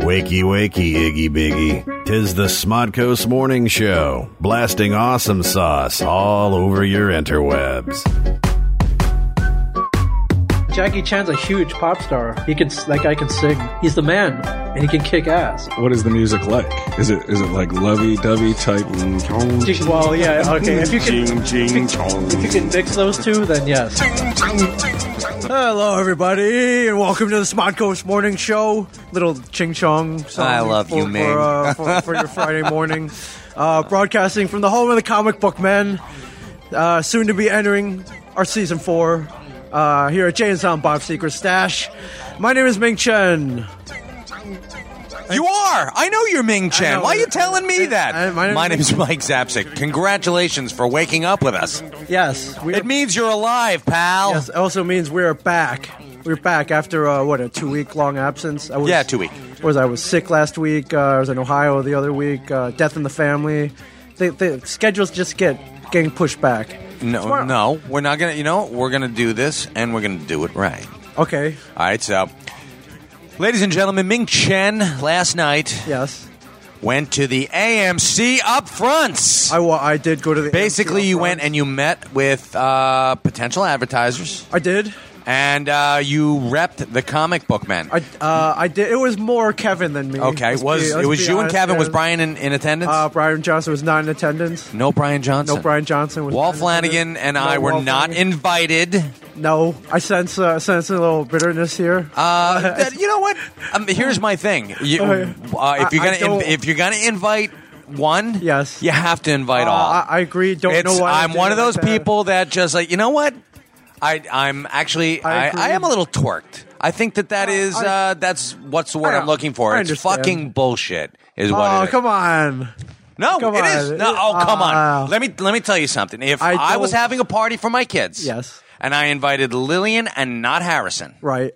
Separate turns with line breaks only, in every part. Wakey, wakey, Iggy Biggy. Tis the Smodcoast Morning Show, blasting awesome sauce all over your interwebs.
Jackie Chan's a huge pop star. He can, like, I can sing. He's the man, and he can kick ass.
What is the music like? Is it is it like lovey dovey type?
Gee, Well, yeah, okay. If you can,
Jing jing chong.
if you can mix those two, then yes.
Hello, everybody, and welcome to the Smod Coast Morning Show. Little ching chong. song
I love
for,
you,
for,
Ming.
uh, for, for your Friday morning, uh, broadcasting from the home of the comic book men. Uh, soon to be entering our season four uh, here at Jay and Silent Bob Secret Stash. My name is Ming Chen.
You are. I know you're Ming
I
Chen.
know.
Why are you telling me that?
I- my name-
my name's Mike Zapsik. Congratulations for waking up with us.
Yes, we
It means you're alive, pal.
yes, it also means we're back. We're back after uh, what a two week long absence. I was,
Yeah, two week.
What was I? I was sick last week. Uh, I was in Ohio the other week. Uh, death in the family. They, the schedules just get getting pushed back.
No,
Tomorrow.
no, we're not gonna. You know, we're gonna do this, and we're gonna do it right.
Okay.
All right, so, ladies and gentlemen, Ming Chen last night
Yes.
went to the AMC up fronts.
I wa- I did go to the.
Basically, you went and you met with uh, potential advertisers,
I did.
and uh, you repped the comic book man.
I uh, I did. It was more Kevin than me.
Okay,
Let's
was
be- let's
it was
be
you and
honest,
Kevin? Was
man.
Brian in, in attendance?
Uh, Brian Johnson was not in attendance.
no, Brian Johnson.
No, Brian Johnson was.
Wall
not in attendance.
Flanagan and
No,
I were
Wal
not
Flanagan.
invited.
No, I sense uh, sense a little bitterness here.
Uh, that- you know what? Um, here's my thing. You-
Okay.
uh, if you're
I- I
gonna
don't-
in, if you're gonna invite one,
Yes.
you have to invite
Uh,
all.
I, I agree. Don't
It's-
know why. I
I'm
did
one of
it
those
like that.
people that just like you know what? I I'm actually
I
I, I,
agree.
am a little torqued. I think that that is
I-
uh, that's what's the word
I-
I'm looking for.
I
It's
understand.
fucking bullshit. Is what
Oh
it is.
come on!
No,
Come
it
on.
is. No, oh, come
Ah.
on. Let me let me tell you something. If
I
I, was
don't-
having a party for my kids,
Yes.
and I invited Lillian and not Harrison,
Right.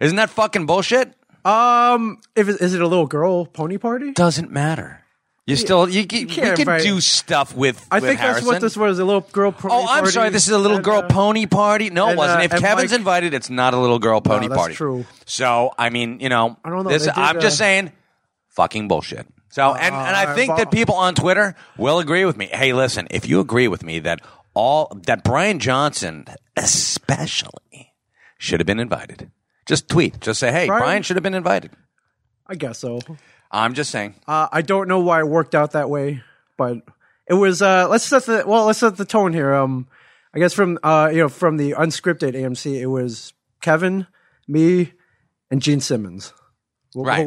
isn't that fucking bullshit?
Um. If it, is it a little girl pony party?
Doesn't matter. You still you, you,
can't
we can
invite-
do stuff with.
I
with
think that's what
Harrison.
this was. A little girl pony.
Oh, I'm
party
sorry. This is a little
and,
girl
uh,
pony party. No,
and,
it wasn't.
uh,
if
and
Kevin's
Mike-
invited, it's not a little girl pony
that's
party.
true.
So I mean, you know,
I don't know.
This,
They did,
I'm just
uh,
saying, fucking bullshit. So and and I
uh,
think
well-
that people on Twitter will agree with me. Hey, listen, if you agree with me that all that Brian Johnson especially should have been invited, just tweet. Just say, hey,
Brian-
Brian, should have been invited.
I guess so.
I'm just saying.
Uh, I don't know why it worked out that way, but it was. Uh, let's set the well. Let's set the tone here. Um, I guess from uh, you know, from the unscripted AMC, it was Kevin, me, and Gene Simmons. We'll-
Right.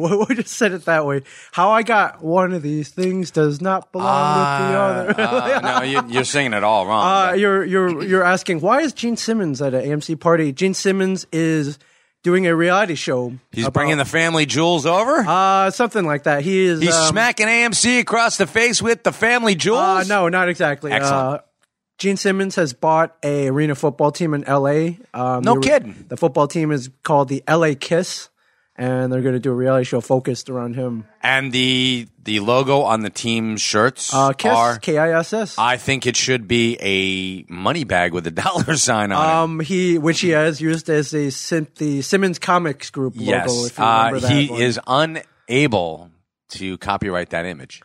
We'll, we'll just set it that way. How I got one of these things does not belong with the other.
Uh, no, you, you're singing it all wrong.
Uh, you're you're you're asking why is Gene Simmons at an AMC party? Gene Simmons is doing a reality show.
He's
about-
bringing the family jewels over.
uh something like that. He is
He's
um,
smacking AMC across the face with the family jewels.
Uh, no, not exactly.
Excellent.
Uh, Gene Simmons has bought a arena football team in L.A. Um,
No
the-
kidding.
The football team is called the L.A. Kiss, and they're going to do a reality show focused around him.
And the the logo on the team's shirts
Uh, Kiss,
are.
K I S S.
I think it should be a money bag with a dollar sign on it.
Um, he, which he has used as a Sim, the Simmons Comics Group logo.
Yes,
if you remember
Uh,
that
he
one.
is unable to copyright that image.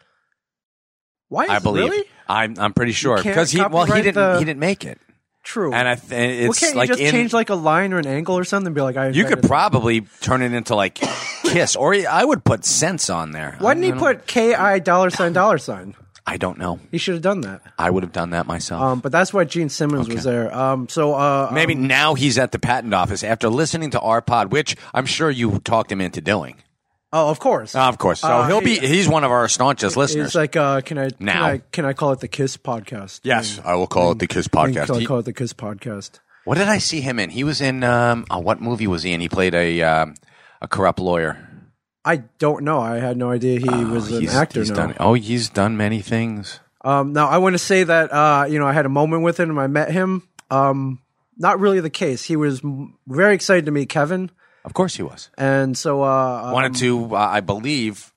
Why is
I believe.
really
I'm I'm pretty sure
can't
because he well he
copyright
didn't
the-
he didn't make it.
true.
And I th-
well,
it's
can't
like
you just
in,
change like a line or an angle or something? And be like, I.
you could
invented that?
probably turn it into like Kiss or I would put cents on there.
Why didn't
I
he
don't know.
put K I dollar sign dollar sign?
I don't know.
He should have done that.
I would have done that myself.
Um, but that's why Gene Simmons was there. Um, so uh, um,
Maybe now he's at the patent office after listening to our pod, which I'm sure you talked him into doing.
oh, of course,
Of course. So
Uh,
he'll
he-
be, he's one of our staunchest
it's
listeners.
like uh, can I can
Now.
I, can I call it the Kiss podcast?
yes, I will call it the Kiss
I think
Podcast.
I'll
He-
call it the Kiss podcast.
what did I see him in? He was in, um, oh, what movie was he in? He played a, um, a corrupt lawyer.
I don't know. I had no idea he was an
Ah, He's-
actor.
he's
now.
done, oh, he's done many things.
Um, now I want to say that uh, you know I had a moment with him. I met him. Um, not really the case. He was m- very excited to meet Kevin,
Of course he was.
and so uh,
Wanted to, uh, I believe,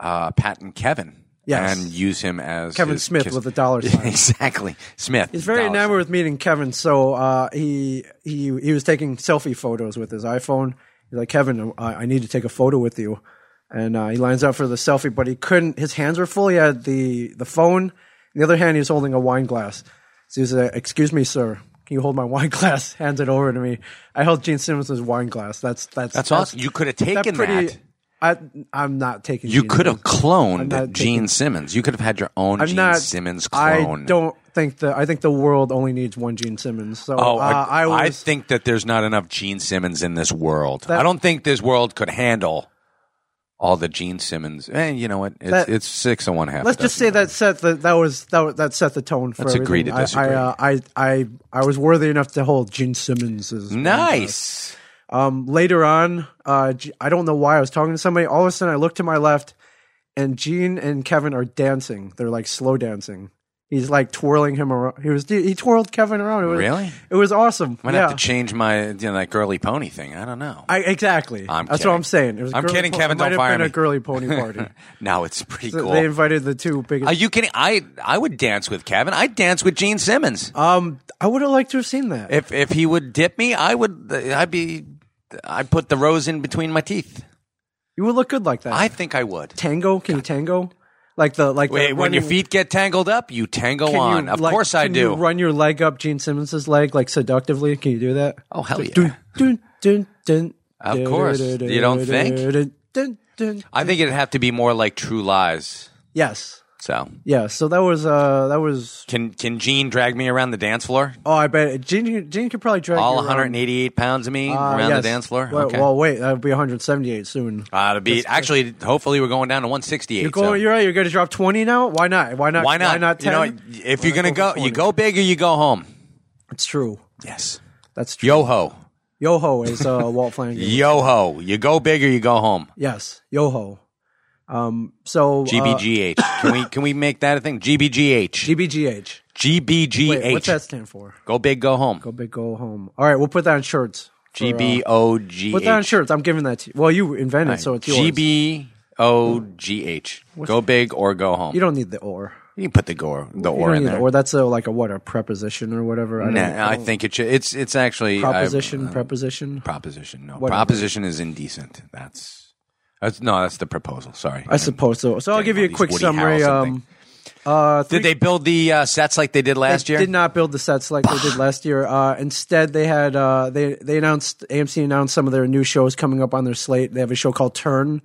uh, patent Kevin.
Yes.
And use him as
Kevin
his
Smith
kiss-
with a dollar sign.
exactly. Smith.
He's very
dollar sign.
enamored with meeting Kevin, so uh, he he he was taking selfie photos with his iPhone, He's like, Kevin, I, I need to take a photo with you. And uh, he lines up for the selfie, but he couldn't. His hands were full. He had the, the phone. In the other hand, he was holding a wine glass. So he said, Excuse me, sir. Can you hold my wine glass? Hands it over to me. I held Gene Simmons' wine glass. That's that's
That's awesome. You could have taken that.
I, I'm not taking.
You
Gene
could have
Simmons.
cloned
not
Gene
taking-
Simmons. You could have had your own Gene Simmons clone.
I don't think that. I think the world only needs one Gene Simmons. So
Oh,
uh,
I,
I, was.
I think that there's not enough Gene Simmons in this world. I don't think this world could handle all the Gene Simmons. And you know what? It's,
That-
it's six and one half.
let's just
dozen.
say that set the that was that was, that set the tone for
Let's agree
everything.
to disagree.
I, I, uh, I I I was worthy enough to hold Gene Simmons.
nice.
Um, later on, uh, G- I don't know why I was talking to somebody. All of a sudden, I look to my left, and Gene and Kevin are dancing. They're like slow dancing. He's like twirling him around. He was he twirled Kevin around. It was,
Really?
It was awesome.
Might
yeah.
have to change my you know, that girly pony thing. I don't know.
I, exactly.
I'm
That's
kidding.
what I'm saying. It was
I'm
girly
kidding,
po-
Kevin,
It might
don't
have
fire
been
me.
a girly pony party.
now it's pretty
So
cool.
They invited the two
Are
biggest.
you kidding? I I would dance with Kevin. I'd dance with Gene Simmons.
um, I would have liked to have seen that.
If if he would dip me, I would. I'd be. I put the rose in between my teeth.
you would look good like that.
I think I would.
tango? Can you tango? Like the like the-
Wait, when your
you-
feet get tangled up, you tango
can you,
on. of
like,
course I
can
do.
You run your leg up Gene Simmons' leg like seductively. Can you do that?
Oh hell yeah!
Dun, dun, dun, dun.
Of course. You don't think?
Dun, dun, dun.
I think it'd have to be more like True Lies.
Yes.
So
Yeah. So that was uh that was
can can Gene drag me around the dance floor?
oh I bet Gene Gene could probably drag
All
you around.
188 pounds of me
Uh,
around
yes.
the dance floor.
Well,
okay.
well, wait, that would be 178 soon.
uh, to be actually, hopefully, we're going down to 168.
You're going.
so-
You're right. You're going to drop 20 now. Why not? Why not?
why not?
Why not 10?
You know, if
Why
you're gonna
not
go,
for
you
20?
go big or you go home.
It's true.
Yes.
That's true.
Yo ho,
Yoho is uh, Walt Flanagan.
yo ho. You go big or you go home.
Yes, Yoho. Um. So uh,
GBGH. can we can we make that a thing? GBGH.
GBGH.
GBGH.
Wait, what's that stand for?
Go big, go home.
Go big, go home. All right, we'll put that on shirts. for, uh,
G B O G H.
Put that on shirts. I'm giving that to you. Well, you invented, it, so it's yours.
G B O G H. Go big or go home.
You
You,
don't need the or.
can put the go the
You
or
don't
in
need the
there.
or. That's a like a what a preposition or whatever. I don't know.
nah, I think it should. It's it's actually I-
proposition, preposition.
proposition. No,
Whatever.
proposition is indecent. That's that's no. That's the proposal. Sorry.
I suppose so. So I'll give you a
all these
quick
Woody
summary.
Harrelson
Um, uh, three
Did they build the uh, sets like they did last
they
year?
Did not build the sets like they did last year. Uh, instead, they had uh, they they announced AMC announced some of their new shows coming up on their slate. They have a show called Turn,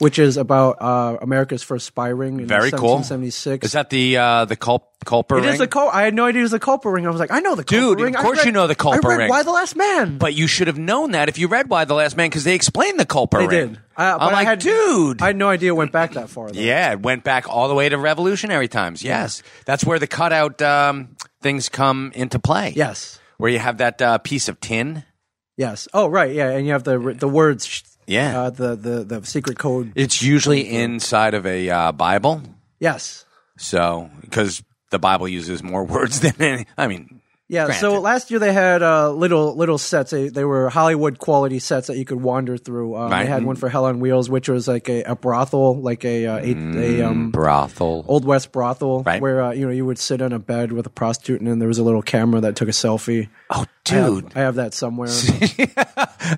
which is about uh, America's first spy ring. In
Very cool.
1776.
Is that the uh, the culp culper
it
ring?
is the cul- I had no idea it was a culpa ring. I was like, I know the culpa
Dude, of
ring. I
course
read-
you know the culpa
I read
ring.
Why the Last Man?
but you should have known that if you read Why the Last Man because they explained the culper
they
ring.
did. Uh, but
I'm like,
I had,
dude.
I had no idea it went back that far. Though.
Yeah, it went back all the way to revolutionary times. Yes. That's where the cutout um, things come into play.
Yes.
Where you have that uh, piece of tin.
Yes. Oh, right. Yeah, and you have the the words. sh-
Yeah.
Uh, the, the the secret code.
It's usually inside of a uh, Bible.
Yes.
So, because the Bible uses more words than any. I mean,
Yeah, so
Granted.
last year they had uh, little little sets. They, they were Hollywood quality sets that you could wander through. Um,
Right.
They had one for Hell on Wheels, which was like a, a brothel, like a, uh, a, a um,
brothel.
old west brothel,
Mm, Right.
where uh, you know you would sit on a bed with a prostitute, and then there was a little camera that took a selfie. I
oh,
have-
dude.
I have, that somewhere.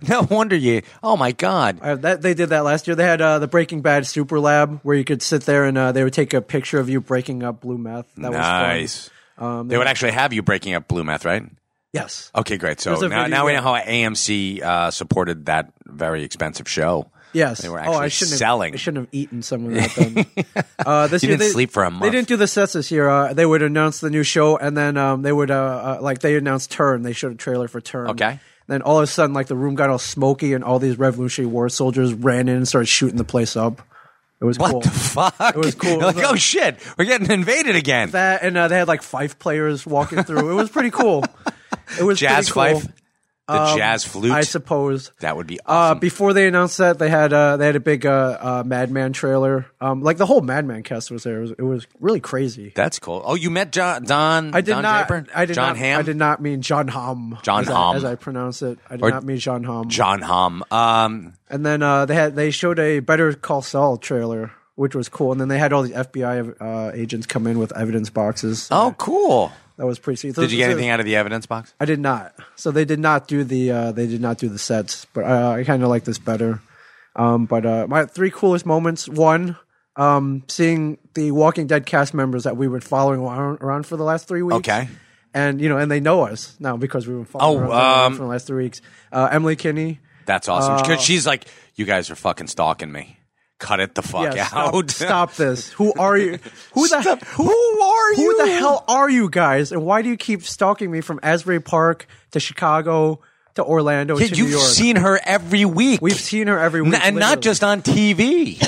no wonder you. Oh, my God.
I have that they did that last year. They had uh, the Breaking Bad Super Lab, where you could sit there and uh, they would take a picture of you breaking up blue meth. That Um, was fun.
nice. they would actually have you breaking up blue meth, right?
Yes.
Okay, great. So
There's a
now,
video-
now we know how AMC uh, supported that very expensive show.
Yes.
They were
oh, I
actually
shouldn't
selling.
Have, I shouldn't have eaten some of that then. uh, this
You
year
didn't
they,
sleep for a
They
month.
didn't do the sets this year. Uh, they would announce the new show, and then um, they would uh, uh, like they announced Turn. They showed a trailer for Turn.
Okay.
Then all of a sudden, like the room got all smoky, and all these Revolutionary War soldiers ran in and started shooting the place up. It was
What
cool.
the fuck?
It was cool.
Like,
It was
oh shit, we're getting invaded again.
that and uh, they had like five players walking through. It was pretty cool. It was
jazz
pretty cool. Um,
fife, the jazz flute.
I suppose.
that would be
Uh,
awesome.
before they announced that, they had uh, they had a big uh, uh, Madman trailer. Um, like the whole Madman cast was there. It was, it was really crazy.
That's cool. Oh, you met John Don.
I did
Don
not.
Draper?
I did
John
not.
Hamm.
I did not mean John Hom.
John
as I-
Hamm.
as I pronounce it. I did
Or-
not mean John Hom.
John Hamm. Um,
And then uh, they had they showed a Better Call Saul trailer, which was cool. And then they had all these FBI uh, agents come in with evidence boxes.
oh, cool.
that was pre-season.
Did you get anything out of the evidence box?
I did not. So they did not do the uh, they did not do the sets, but uh, I kind of like this better. Um, but uh, my three coolest moments: one, um, seeing the Walking Dead cast members that we were following around, around for the last three weeks.
Okay.
and you know, and they know us now because we've been following around
Oh,
them
um,
for the last three weeks. Uh, Emily Kinney.
That's
Uh,
awesome. 'Cause she's like, you guys are fucking stalking me. Cut it the fuck
Yeah,
out.
stop, stop this. Who are you? Who the
Stop. Who are you?
Who the hell are you guys? And why do you keep stalking me from Asbury Park to Chicago to Orlando
Yeah,
to New
you've
York?
seen her every week.
We've seen her every
N-
week,
and not
literally.
just on TV.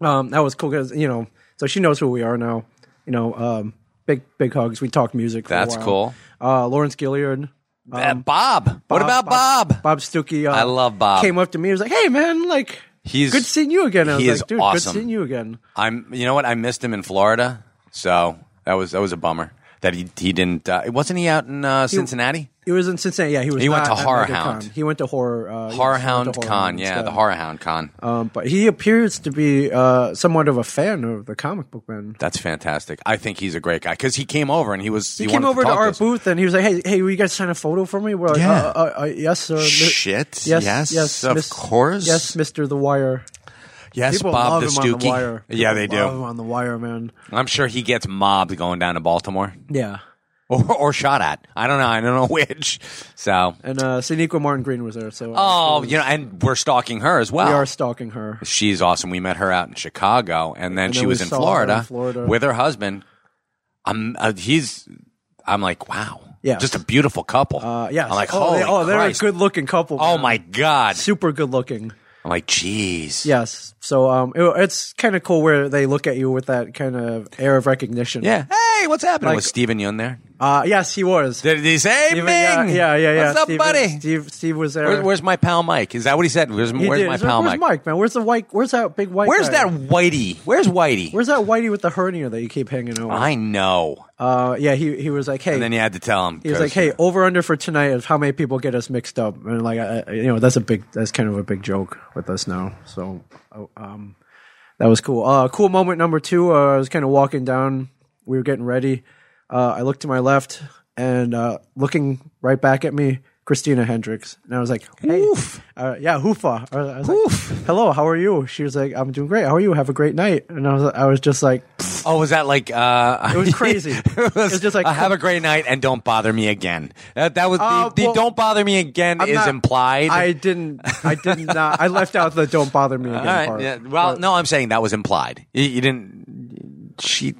um, that was cool because you know, so she knows who we are now. You know, um, big big hugs. We talked music. For a
That's
while.
cool.
Uh, Lawrence Gilliard.
Uh, Bob. What about Bob?
Um, Bob Stuckey. Uh,
I love Bob.
Came up to me. and was like, "Hey, man, like,
He's-
good seeing you again." I was
he
like,
is
"Dude,
awesome.
good seeing you again."
I'm. You know what? I missed him in Florida, so that was that was a bummer that he he didn't. Uh, wasn't he out in uh, Cincinnati?
He was in Cincinnati. Yeah, he was.
He went
not
to
at
Horror
MegaCon.
Hound.
He went to horror. Uh, yes, he
Horror
went to
Hound Con,
Hound
yeah,
instead.
the Horror Hound Con.
Um, but he appears to be uh, somewhat of a fan of the comic book man.
That's fantastic. I think he's a great guy because he came over and he was.
He,
He,
came
wanted
over to,
to, talk
our
us.
booth and he was like, "Hey, hey, will you guys sign a photo for me?" We're like,
Yeah.
uh, uh, uh, "Yes, sir." Mi-
Shit.
Yes,
Yes.
yes,
of
Mis-
course.
Yes, Mister The Wire.
Yes.
People
Bob
love him on the
Destouky.
wire.
Yeah, they
People
do.
Love him on the wire, man.
I'm sure he gets mobbed going down to Baltimore
Yeah,
or, or shot at. I don't know. I don't know which. So,
and uh, Sonequa Martin Green was there, so uh,
oh, you know, and we're stalking her as well.
we are stalking her.
She's awesome. We met her out in Chicago, and then
And
she
then
was
we
in
saw her
Florida,
in Florida.
with her husband. I'm uh, he's I'm like wow,
Yeah.
just a beautiful couple.
Uh, yeah,
I'm like
oh,
holy
they, oh, they're a
Christ.
good-looking couple.
Oh
man.
my god,
super good-looking.
I'm like jeez,
Yes, so um, it- it's kind of cool where they look at you with that kind of air of recognition.
yeah. Hey, what's happening?
Like-
was Steven Yun there?
Uh, yes, he was.
Did he say
Steven, yeah,
Ming?
yeah, yeah, yeah.
What's up,
Steven-
buddy?
Steve, Steve was there.
Where, where's my pal Mike? Is that what he said? Where's,
He
where's
did.
my
He's
pal
like,
Mike?
Where's Mike, man? Where's the white? Where's that big white?
Where's
guy?
that Whitey? Where's Whitey?
Where's that whitey with the hernia that you keep hanging out? with?
I know.
Uh, yeah, he he was like, hey,
and then you had to tell him.
He was like,
'cause-
"Hey, over under for tonight of how many people get us mixed up," and like, I, I- you know, that's a big, that's kind of a big joke with us now. So, oh, um, that was cool. Uh, cool moment number two. Uh, I was kind of walking down. We were getting ready. Uh, I looked to my left and uh, looking right back at me, Christina Hendricks, and I was like, "Hey,
Oof.
Uh, yeah, hoofa." I was, I was like,
Oof.
"Hello, how are you?" She was like, "I'm doing great. How are you? Have a great night." And I was, I was just like,
Oh, was that like? Uh,
It was crazy. It was just like-
"Uh, have a great night and don't bother me again. That, that was the,
Uh,
the
well,
don't bother me again
I'm
is
not-
implied.
I didn't. I did not. I left out the "Don't bother me again"
All right,
part.
yeah, well, no, I'm saying that was implied. You, you didn't. She,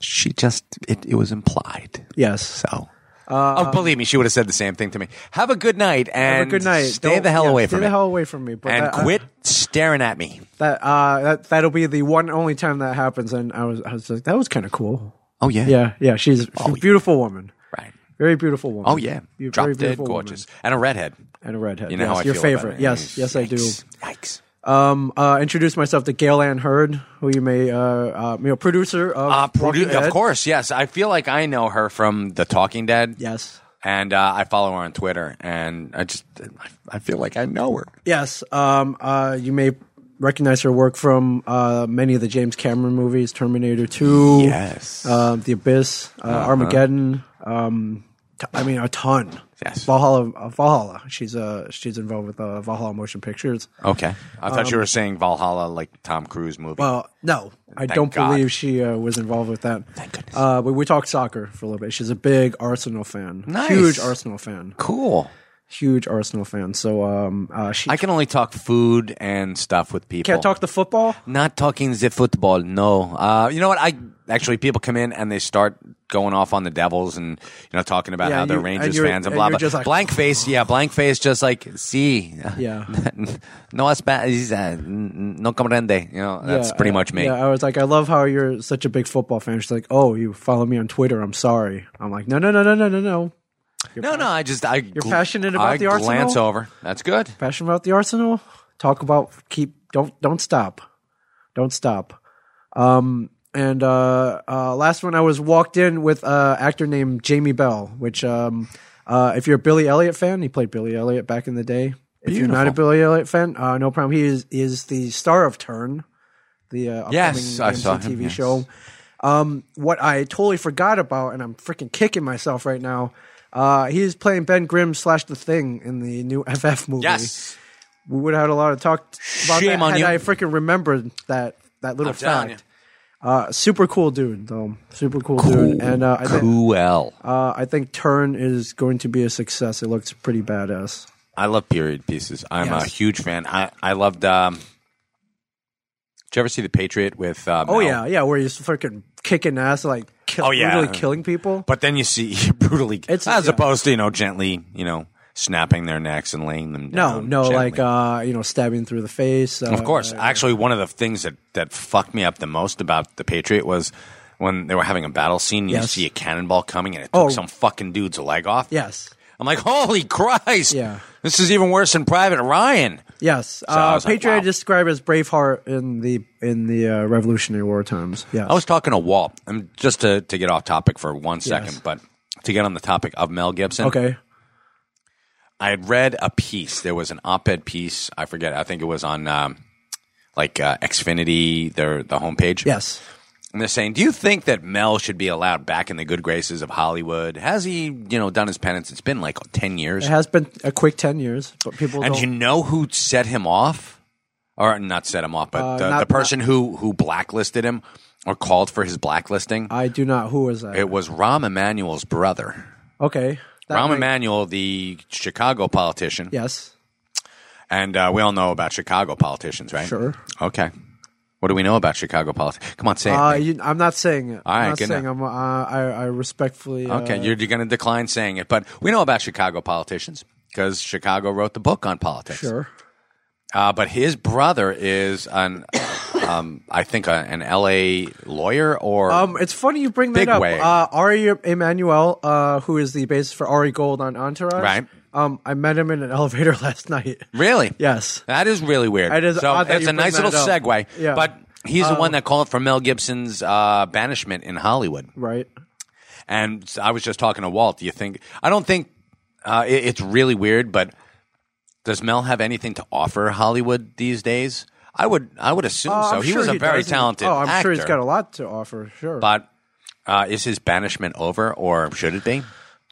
she just it, it was implied.
Yes.
So, oh, believe me, she would have said the same thing to me. Have a good night and
Uh, Have a good night.
Stay
Don't-
the hell
yeah,
away
stay
from
the
it
hell away from me. But
and
that- I-
quit staring at me.
that, uh, that that'll be the one only time that happens. And I was, I was like, that was kind of cool.
Oh yeah,
Yeah, yeah. She's, she's a beautiful woman.
right.
Very beautiful woman.
Oh yeah,
Be-
drop
very
dead,
beautiful woman.
gorgeous, and a redhead.
and a redhead.
You know
yes,
how I
your
feel about
favorite.
it.
Yes, yes, I do.
Yikes. Yikes.
Um, uh, introduce myself to Gail Ann Hurd, who you may, uh, uh you know, producer of,
Uh,
Walking
produ-
Dead.
of course, yes. I feel like I know her from The Talking Dead.
Yes.
And uh, I follow her on Twitter, and I just I feel like I know her.
Yes. Um, uh, you may recognize her work from uh, many of the James Cameron movies, Terminator 2,
Yes. Uh-huh.
um, The Abyss, uh, Armageddon. Um, t- I mean, a ton.
Yes.
Valhalla. Uh, Valhalla. She's uh, she's involved with uh, Valhalla Motion Pictures.
Okay, I thought you were saying Valhalla, like Tom Cruise movie.
Well, Uh, no, I
Thank
don't
God.
believe she uh, was involved with that. Thank
goodness.
Uh, but we talked soccer for a little bit. She's a big Arsenal fan.
Nice.
Huge Arsenal fan.
cool.
Huge Arsenal fan. So um, uh, she
I can only talk food and stuff with people.
can't talk the football.
Not talking the football, no. Uh, you know what? I actually people come in and they start going off on the Devils and you know talking about
Yeah,
how they're
you- and
Rangers
you're-
fans and
and
blah
you're
blah.
just like-
blank face, yeah, blank face, just like see,
Yeah.
no aspa, eh, no comprende. You know, that's
Yeah,
pretty
I-
much me.
Yeah, I was like, I love how you're such a big football fan. She's like, oh, you follow me on Twitter. I'm sorry. I'm like, no, no, no, no, no, no, no.
no, no, I just I you're
passionate about
I
the Arsenal?
Glance over. That's good.
Passion about the Arsenal. Talk about keep. Don't don't stop. Don't stop. Um, and uh, uh, last one, I was walked in with uh, actor named Jamie Bell, which um, uh, if you're a Billy Elliot fan, he played Billy Elliot back in the day. If you're not a
Beautiful.
Billy Elliot fan, uh, no problem. He is, is the star of Turn, the uh, upcoming
Yes, I
AMC
saw him,
TV
yes.
show. Um, what I totally forgot about, and I'm freaking kicking myself right now. Uh, he's playing Ben Grimm slash the Thing in the new FF movie.
Yes.
we would have had a lot of talk about
Shame
that
on
had
you.
I freaking remembered that that little
I'm telling
fact. Uh, super cool dude, though. Super cool, dude, and uh, I, thi-
Cool.
uh, I think Turn is going to be a success. It looks pretty badass.
I love period pieces. I'm a
Yes.
huge fan. I I loved. Um, did you ever see the Patriot with? Um,
Oh yeah, yeah, where he's freaking kicking ass, like kill,
Oh, yeah.
brutally killing people.
But then you see brutally,
It's-
as
yeah.
opposed to you know gently, you know snapping their necks and laying them
No,
down.
no,
gently.
like uh, you know, stabbing through the face. Uh,
Of course.
uh,
Actually, one of the things that, that fucked me up the most about the Patriot was when they were having a battle scene, you
Yes.
see a cannonball coming and it took
Oh.
some fucking dude's leg off.
yes,
I'm like, holy Christ.
Yeah.
This is even worse than Private Ryan.
yes.
I
Uh,
was like,
Patriot
wow.
described as Braveheart in the in the uh, Revolutionary War times. Yes.
I was talking to Walt, and just to, to get off topic for one second, but to get on the topic of Mel Gibson.
okay.
I had read a piece. There was an op-ed piece. I forget. I think it was on um, like uh, Xfinity, their the homepage.
Yes.
And they're saying, do you think that Mel should be allowed back in the good graces of Hollywood? Has he, you know, done his penance? It's been like ten years.
It has been a quick ten years, but people
And
don't.
you know who set him off, or not set him off, but the,
Uh, not-
the person who who blacklisted him or called for his blacklisting?
I do not. Who was that?
it was Rahm Emanuel's brother.
okay. That
Rahm
might-
Emanuel, the Chicago politician,
Yes.
and uh, we all know about Chicago politicians, right?
Sure.
Okay. What do we know about Chicago politics? Come on, say it.
Uh,
Nick.
you, I'm not saying it.
right,
I'm not
good
saying
enough.
I'm. Uh, I, I respectfully. uh,
Okay, you're, you're going to decline saying it, but we know about Chicago politicians because Chicago wrote the book on politics.
sure.
Uh, but his brother is an, um, I think, a, an L.A. lawyer or
Um, it's funny you bring
Big
that up.
way.
Uh, Ari Emanuel, uh, who is the basis for Ari Gold on Entourage.
Right.
Um, I met him in an elevator last night.
really.
Yes.
that is really weird.
It is
so
odd that
it's
you
a nice
bring
little
that up.
segue.
Yeah. Um,
But he's the one that called for Mel Gibson's uh, banishment in Hollywood.
Right.
And I was just talking to Walt. Do you think? I don't think uh, it, it's really weird, but does Mel have anything to offer Hollywood these days? I would, I would assume
Uh,
so.
I'm
he
sure
was a very
doesn't-
talented.
Oh, I'm
actor,
sure he's got a lot to offer. Sure.
But uh, is his banishment over, or should it be?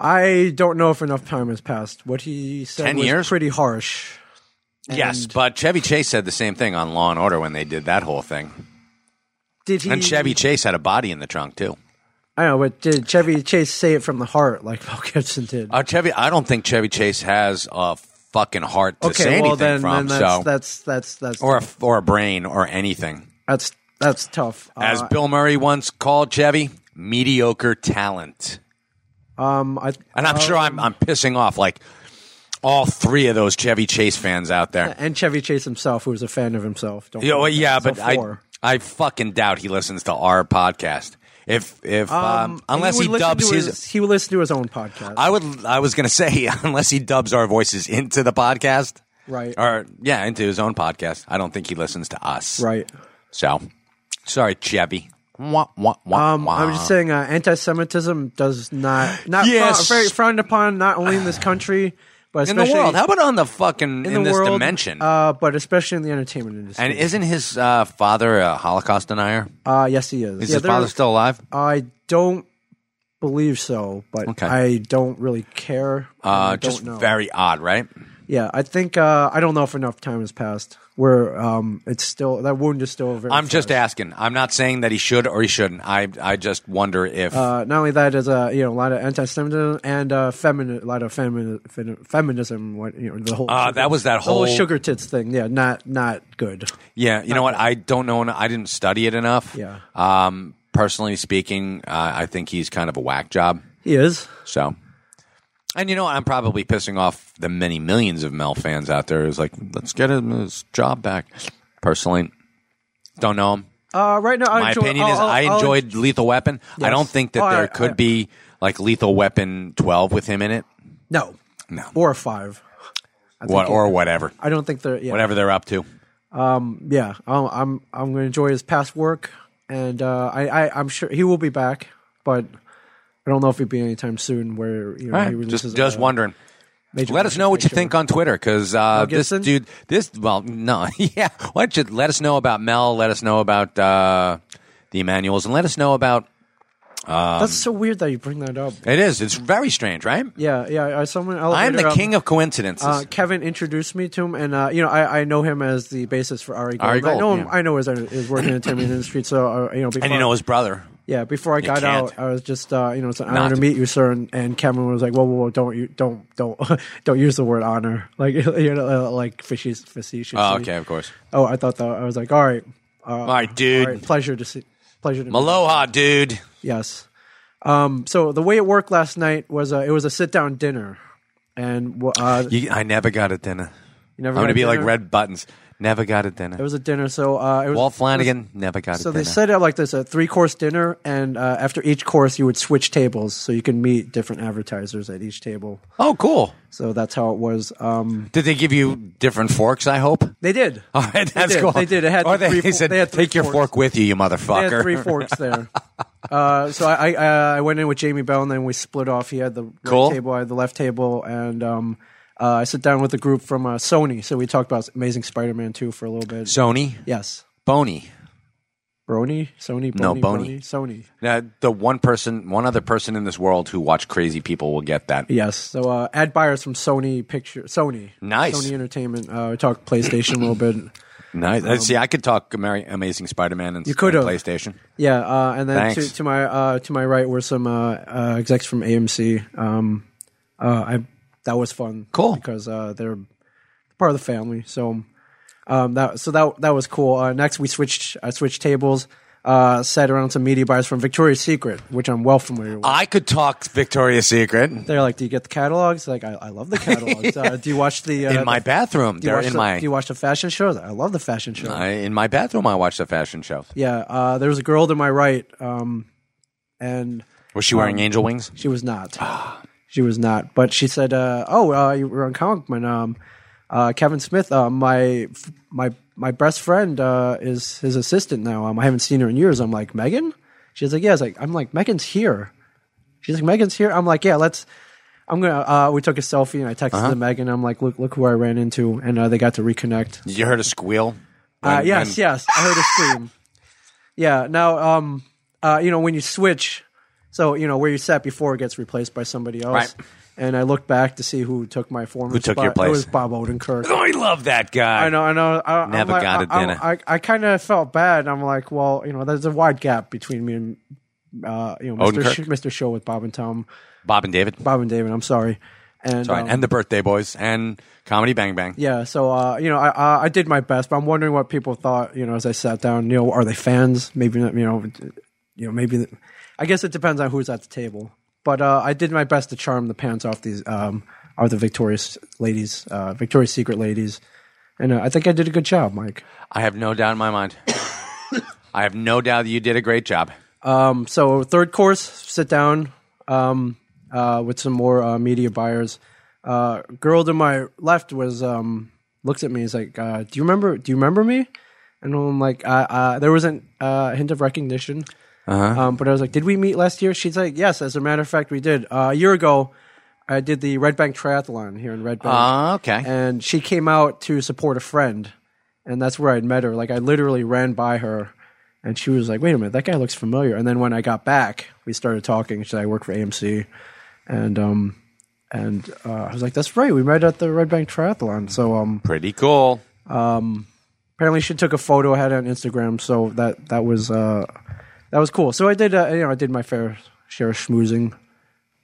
I don't know if enough time has passed. What he said
10
was
years?
pretty harsh.
yes, but Chevy Chase said the same thing on Law and Order when they did that whole thing.
Did he?
And Chevy Chase had a body in the trunk too.
I know, but did Chevy Chase say it from the heart like Mel Gibson did?
Uh, Chevy, I don't think Chevy Chase has a fucking heart to say
okay.
anything
Well, then,
from.
then
so,
that's, that's that's that's
or a, or a brain or anything.
that's that's tough.
As
Uh,
Bill Murray once called Chevy, mediocre talent.
um, I,
And I'm sure I'm, I'm pissing off like all three of those Chevy Chase fans out there.
and Chevy Chase himself, who was a fan of himself. Don't
Yeah, well,
forget that.
yeah,
So
but I,
four.
I fucking doubt he listens to our podcast. If if um,
and
unless he,
would listen
dubs
to
his,
he would listen to his own podcast.
I would I was gonna say unless he dubs our voices into the podcast,
Right.
Or yeah, into his own podcast. I don't think he listens to us.
right.
So sorry, Chevy. Wah, wah, wah,
Um, I'm just saying, uh, anti-Semitism does not not
Yes.
fro- very frowned upon, not only in this country, but
in the
especially
world. How about on the fucking in,
in the
this
world,
dimension?
uh, but especially in the entertainment industry.
and isn't his uh, father a Holocaust denier?
uh, yes, he is.
Is
Yeah,
his
there-
father still alive?
I don't believe so, but
Okay.
I don't really care.
Uh,
I don't
just
know.
very odd, right?
yeah, I think uh, I don't know if enough time has passed. Where um, it's still that wound is still very.
I'm just
fresh.
asking. I'm not saying that he should or he shouldn't. I I just wonder if
Uh, not only that, is uh, you know a lot of anti-Semitism and uh, femini- a lot of femi- fem- feminism. What you know, the whole
Uh, that was that
the whole
whole-
sugar tits thing. Yeah, not not good.
yeah. You know what? I don't know. I didn't study it enough.
uh, Yeah.
Um, personally speaking, uh, I think he's kind of a whack job.
He is.
So, and you know, I'm probably pissing off the many millions of Mel fans out there. Who's like, let's get him his job back. Personally, don't know him.
Uh, right now, I
My
enjoy-
opinion
I'll-
is
I'll-
I
I'll-
enjoyed Lethal Weapon. I
Yes.
don't think that
Oh, I-
there could
I-
be like Lethal Weapon 12 with him in it,
no,
No.
or five.
what, or whatever,
I don't think they're yeah.
whatever they're up to.
Yeah, I'm I'm, I'm going to enjoy his past work, and uh, I, I I'm sure he will be back, but I don't know if he'll be anytime soon. Where you know,
All
he
right,
releases uh,
just just
a
wondering.
major
Let us know what you
major-
think on Twitter because uh, this
Gibson?
dude, this well, no, yeah. Why don't you let us know about Mel? Let us know about uh, the Emanuels, and let us know about.
That's so weird that you bring that up.
It is. It's very strange, right?
Yeah, yeah. Uh, someone
I am the
elevator, um,
king of coincidences.
Uh, Kevin introduced me to him, and uh, you know I, I know him as the bassist for Ari Gold.
Ari
I know
Gold,
him.
yeah.
I know his his work in the entertainment industry. So uh, you know, before,
and you know his brother.
yeah. Before I got
can't.
out, I was just uh, you know it's an honor
Not-
to meet you, sir. And, and Kevin was like, whoa, whoa, whoa, don't you don't don't don't use the word honor, like you know, uh, like facetious. facetious
Oh, okay, of course.
Oh, I thought that I was like, all right,
All right, dude.
Uh, all right, pleasure to see, pleasure to meet you.
Aloha, dude.
Yes. Um, so the way it worked last night was uh, it was a sit down dinner, and uh, you,
You, I never got a dinner.
never.
I'm
had
gonna be like
dinner?
red buttons. Never got a dinner.
It was a dinner, so uh, it was
Walt Flanagan never got
So
a
they
dinner.
set it up like this: a three course dinner, and uh, after each course, you would switch tables so you can meet different advertisers at each table.
oh, cool.
So that's how it was. Um,
Did they give you different forks? I hope.
they did.
All right, that's
did,
cool.
they did. It had
or
the
they,
three
they
fo-
said,
they had three
"Take your
forks.
fork with you, you motherfucker."
They had three forks there. Uh, so I, I I went in with Jamie Bell, and then we split off. He had the right
Cool.
table, I had the left table, and um, uh, I sat down with a group from uh, Sony. So we talked about Amazing Spider-Man two for a little bit.
Sony,
yes,
Boney.
Brony, Sony, Brony,
No,
Brony,
Boney.
Sony.
Now, the one person, one other person in this world who watch crazy people will get that.
Yes. So uh, ad buyers from Sony Picture, Sony,
Nice.
Sony Entertainment. Uh, we talked PlayStation a little bit.
Nice. See, I could talk Ameri- Amazing Spider-Man and,
Um, You could've.
and PlayStation.
Yeah, uh, and then to,
Thanks.
to my uh, to my right were some uh, uh, execs from AMC. Um, uh, I that was fun.
Cool.
because uh, they're part of the family. So um, that so that that was cool. Uh, next, we switched I switched tables. Uh, sat around some media buyers from Victoria's Secret, which I'm well familiar with.
I could talk Victoria's Secret
They're like, "Do you get the catalogs?" Like, I, I love the catalogs. uh, do you watch the uh,
in my
the-
bathroom.
Do you,
They're
watch
in
the,
my
do you watch the fashion shows? I love the fashion show.
I, in my bathroom. I watched a fashion show.
Yeah, uh, there was a girl to my right, um, and
Was she
Um,
wearing angel wings?
She was not.
Ah.
she was not. But she said, uh, "Oh, uh, you were on Comic Man. Um, uh, Kevin Smith, uh, my my my best friend uh, is his assistant now. Um, I haven't seen her in years." I'm like, "Megan?" She's like, "Yeah." I was like, "I'm like Megan's here." She's like, "Megan's here." I'm like, "Yeah, let's." I'm gonna. Uh, we took a selfie and I texted
Uh-huh.
Megan. I'm like, "Look, look who I ran into," and uh, they got to reconnect.
You heard a squeal.
Uh,
When-
yes,
when-
yes, I heard a scream. Yeah. Now, um, uh, you know, when you switch, so you know where you sat before gets replaced by somebody else.
Right.
And I looked back to see who took my former. Who
took your place.
It was Bob Odenkirk.
Oh, I love that guy.
I know, I know. I, I'm
Never
like-
got a
I- I-
dinner.
I, I kind of felt bad. I'm like, well, you know, there's a wide gap between me and uh, you know, Mr.
Odenkirk.
Sh- Mr. Show with Bob and Tom,
Bob and David.
Bob and David. I'm sorry. And
Sorry,
um,
and the Birthday Boys and Comedy Bang Bang.
Yeah, so uh, you know, I- I I did my best, but I'm wondering what people thought. You know, as I sat down, you know, are they fans? Maybe not. You know, you know, maybe. I guess it depends on who's at the table. But uh, I did my best to charm the pants off these um, are the victorious ladies, uh, Victoria's Secret ladies, and uh, I think I did a good job, Mike.
I have no doubt in my mind. I have no doubt that you did a great job.
Um, so third course, sit down um, uh, with some more uh, media buyers. Uh, girl to my left was um, looks at me. He's like, uh, "Do you remember? Do you remember me?" And I'm like, uh, uh, "There wasn't uh, a hint of recognition." Um, but I was like, "Did we meet last year?" She's like, "Yes, as a matter of fact, we did uh, a year ago." I did the Red Bank Triathlon here in Red Bank
Ah, okay.
and she came out to support a friend, and that's where I'd met her. Like I literally ran by her, and she was like, "Wait a minute, that guy looks familiar." And then when I got back, we started talking. She said, "I work for AMC," and um, and uh, I was like, "That's right, we met at the Red Bank Triathlon." So um,
Pretty cool.
apparently she took a photo, had it on Instagram. So that that was uh, that was cool. So I did uh, you know I did my fair share of schmoozing,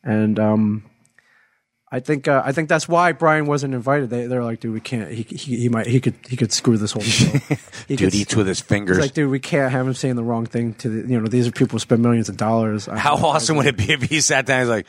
and um, I think uh, I think that's why Brian wasn't invited. They they're like, dude, we can't. He he, he might he could he could screw this whole show. He
Dude
could,
eats with his fingers.
it's like, dude, we can't have him saying the wrong thing to the you know these are people who spend millions of dollars. I-
How awesome would it be if he sat down and he's like,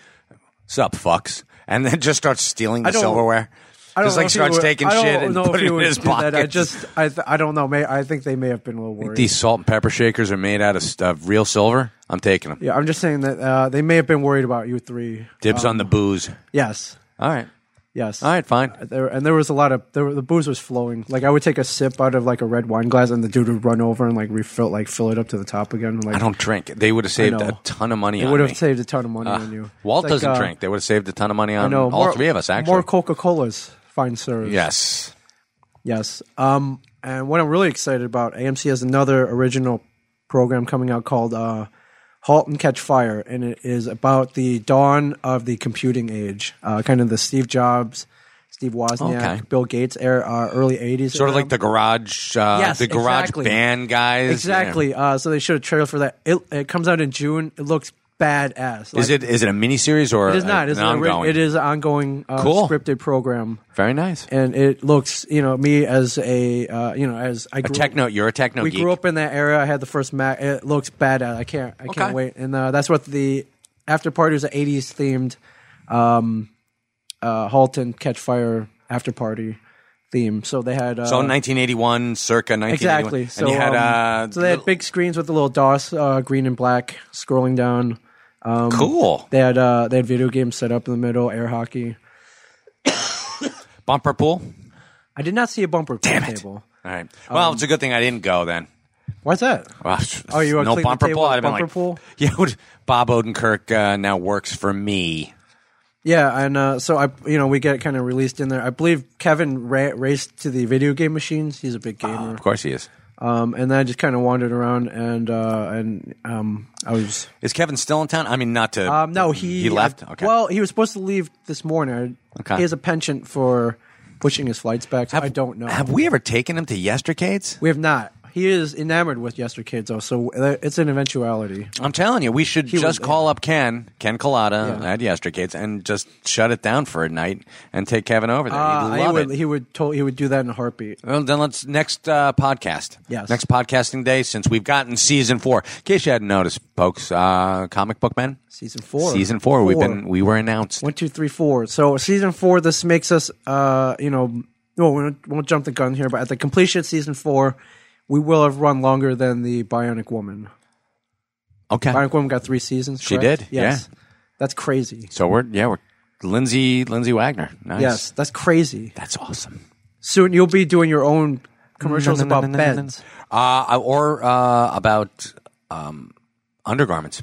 Sup, fucks? And then just starts stealing the
I don't-
silverware.
I don't
just
know
like
if he
starts
would-
taking
I don't
shit and
know if
putting
he
it in
would
his
do that.
pocket.
I just I th- I don't know. May I think they may have been a little worried.
These salt and pepper shakers are made out of s- of real silver. I'm taking them.
yeah, I'm just saying that uh, they may have been worried about you three.
Dibs on the
Um,
booze.
Yes,
All right.
yes.
All right, fine.
there and there was a lot of there were, the booze was flowing. Like I would take a sip out of like a red wine glass, and the dude would run over and like refill, like fill it up to the top again. Like
I don't drink. They would have saved
know.
a ton of money
it
on
would
me.
have saved a ton of money on you.
uh, Walt
It's like,
doesn't
uh,
drink. They would have saved a ton of money
I
on
know
all
more-
three of us, actually.
more Coca Colas, fine sirs.
yes.
yes. Um, and what I'm really excited about, AMC has another original program coming out called uh, Halt and Catch Fire, and it is about the dawn of the computing age, uh, kind of the Steve Jobs, Steve Wozniak,
Okay.
Bill Gates era, uh, early '80s,
Sort of
around.
like the garage, uh,
Yes,
the garage
exactly.
band guys.
Exactly. Uh, so they showed a trailer for that. It, it comes out in June. It looks badass.
Yeah. Is
Like,
it is it a miniseries or
It is not.
an
It's an ori-
ongoing?
It is an ongoing uh,
Cool.
scripted program,
very nice.
and it looks. You know, me as a uh, you know as I
A
grew
techno, you're a techno
we
geek.
grew up in that era. I had the first Mac. It looks badass. I can't. I
Okay.
can't wait. And uh, that's what the after party was. An '80s themed, um, uh, halt and catch fire after party theme. So they had uh,
so 1981, circa 1981.
exactly. So
and you had
um,
uh,
so they had
little-
big screens with the little DOS uh, green and black scrolling down.
cool
um, They had uh, they had video games set up in the middle, air hockey.
bumper pool.
I did not see a bumper pool
Damn it.
table.
All right. Well, it's a good thing I didn't go then.
Why's that?
Wow.
Um, Oh, you wanna
no
clean the
bumper
table
pool.
with
I'd have been
bumper
like,
pool?
yeah, would- Bob Odenkirk uh, now works for me.
Yeah, and uh, so I, you know, we get kind of released in there. I believe Kevin ra- raced to the video game machines. He's a big gamer.
Of course, he is.
Um, and then I just kind of wandered around, and uh, and um, I was
Is Kevin still in town? I mean, not to.
um, no, he
he left.
I-
okay.
Well, he was supposed to leave this morning. I-
Okay.
He has a penchant for pushing his flights back. so I don't know.
Have we ever taken him to Yestercades?
we have not. He is enamored with Yesterkids, though, so uh, it's an eventuality.
I'm telling you, we should just
was-
call up Ken, Ken Collada
Yeah.
at Yestercades, and just shut it down for a night and take Kevin over there.
Uh,
He'd
he
love
would
it.
he would to- he would do that in a heartbeat.
Well, then let's next uh, podcast.
Yes.
Next podcasting day, since we've gotten season four. In case you hadn't noticed, folks, uh, comic book men.
Season four.
Season 4 We've
Four.
been we were announced.
One, two, three, four. So season four, this makes us, uh, you know, well, we won't, won't jump the gun here, but at the completion of season four, we will have run longer than the Bionic Woman.
Okay.
Bionic Woman got three seasons.
She
correct?
did, yeah.
that's crazy.
So we're yeah we're Lindsay Lindsay Wagner. Nice.
Yes, that's crazy.
That's awesome.
Soon you'll be doing your own commercials about beds.
Uh, or uh, about um, undergarments.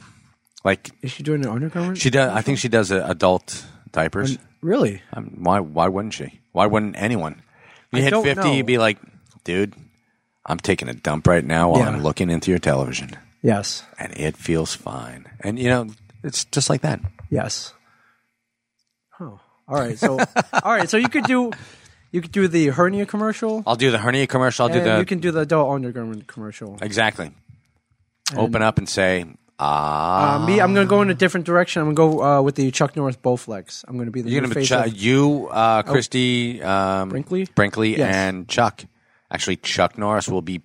Like
Is she doing an undergarment?
she does. I think she does uh, adult diapers.
really?
Um, why? Why wouldn't she? Why wouldn't anyone? You
I
hit
don't
fifty,
know.
you'd be like, dude, I'm taking a dump right now while
Yeah.
I'm looking into your television,
Yes.
and it feels fine. And you know, it's just like that.
Yes. Oh, all right. So, all right. So you could do, you could do the hernia commercial.
I'll do the hernia commercial. I'll do
and
the
you can do the adult undergarment commercial.
exactly. Open up and say, ah,
Uh, me, I'm going to go in a different direction. I'm going to go uh, with the Chuck Norris Bowflex. I'm going to be the
You're
new
gonna be
face
Ch-
of- Oh.
you, uh, Christy um,
Brinkley?
Brinkley,
Yes.
and Chuck. Actually, Chuck Norris will be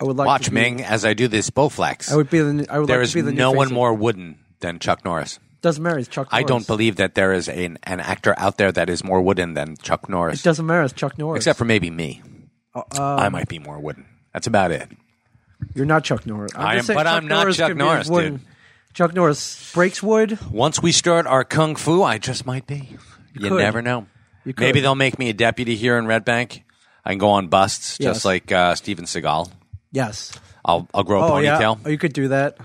I would like
watch
to be,
Ming as I do this Bowflex.
I would be the. new- I would
There
like
is
to be the new
no
face
one
of-
more wooden than Chuck Norris.
Doesn't matter. It's Chuck.
I
Norris.
don't believe that there is an, an actor out there that is more wooden than Chuck
It Uh, um,
Norris,
doesn't matter. It's Chuck Norris.
except for maybe me. I might be more wooden. That's about it.
you're not Chuck Norris. I'm
I
just
am-
saying
but I'm not Chuck
can be
Norris,
wooden.
dude.
Chuck Norris breaks wood.
Once we start our kung fu, I just might be. You,
could.
never know.
You could.
Maybe they'll make me a deputy here in Red Bank. I can go on busts,
Yes.
just like uh, Steven Seagal.
Yes.
I'll, I'll grow a
Oh yeah.
ponytail.
Oh, you could do that.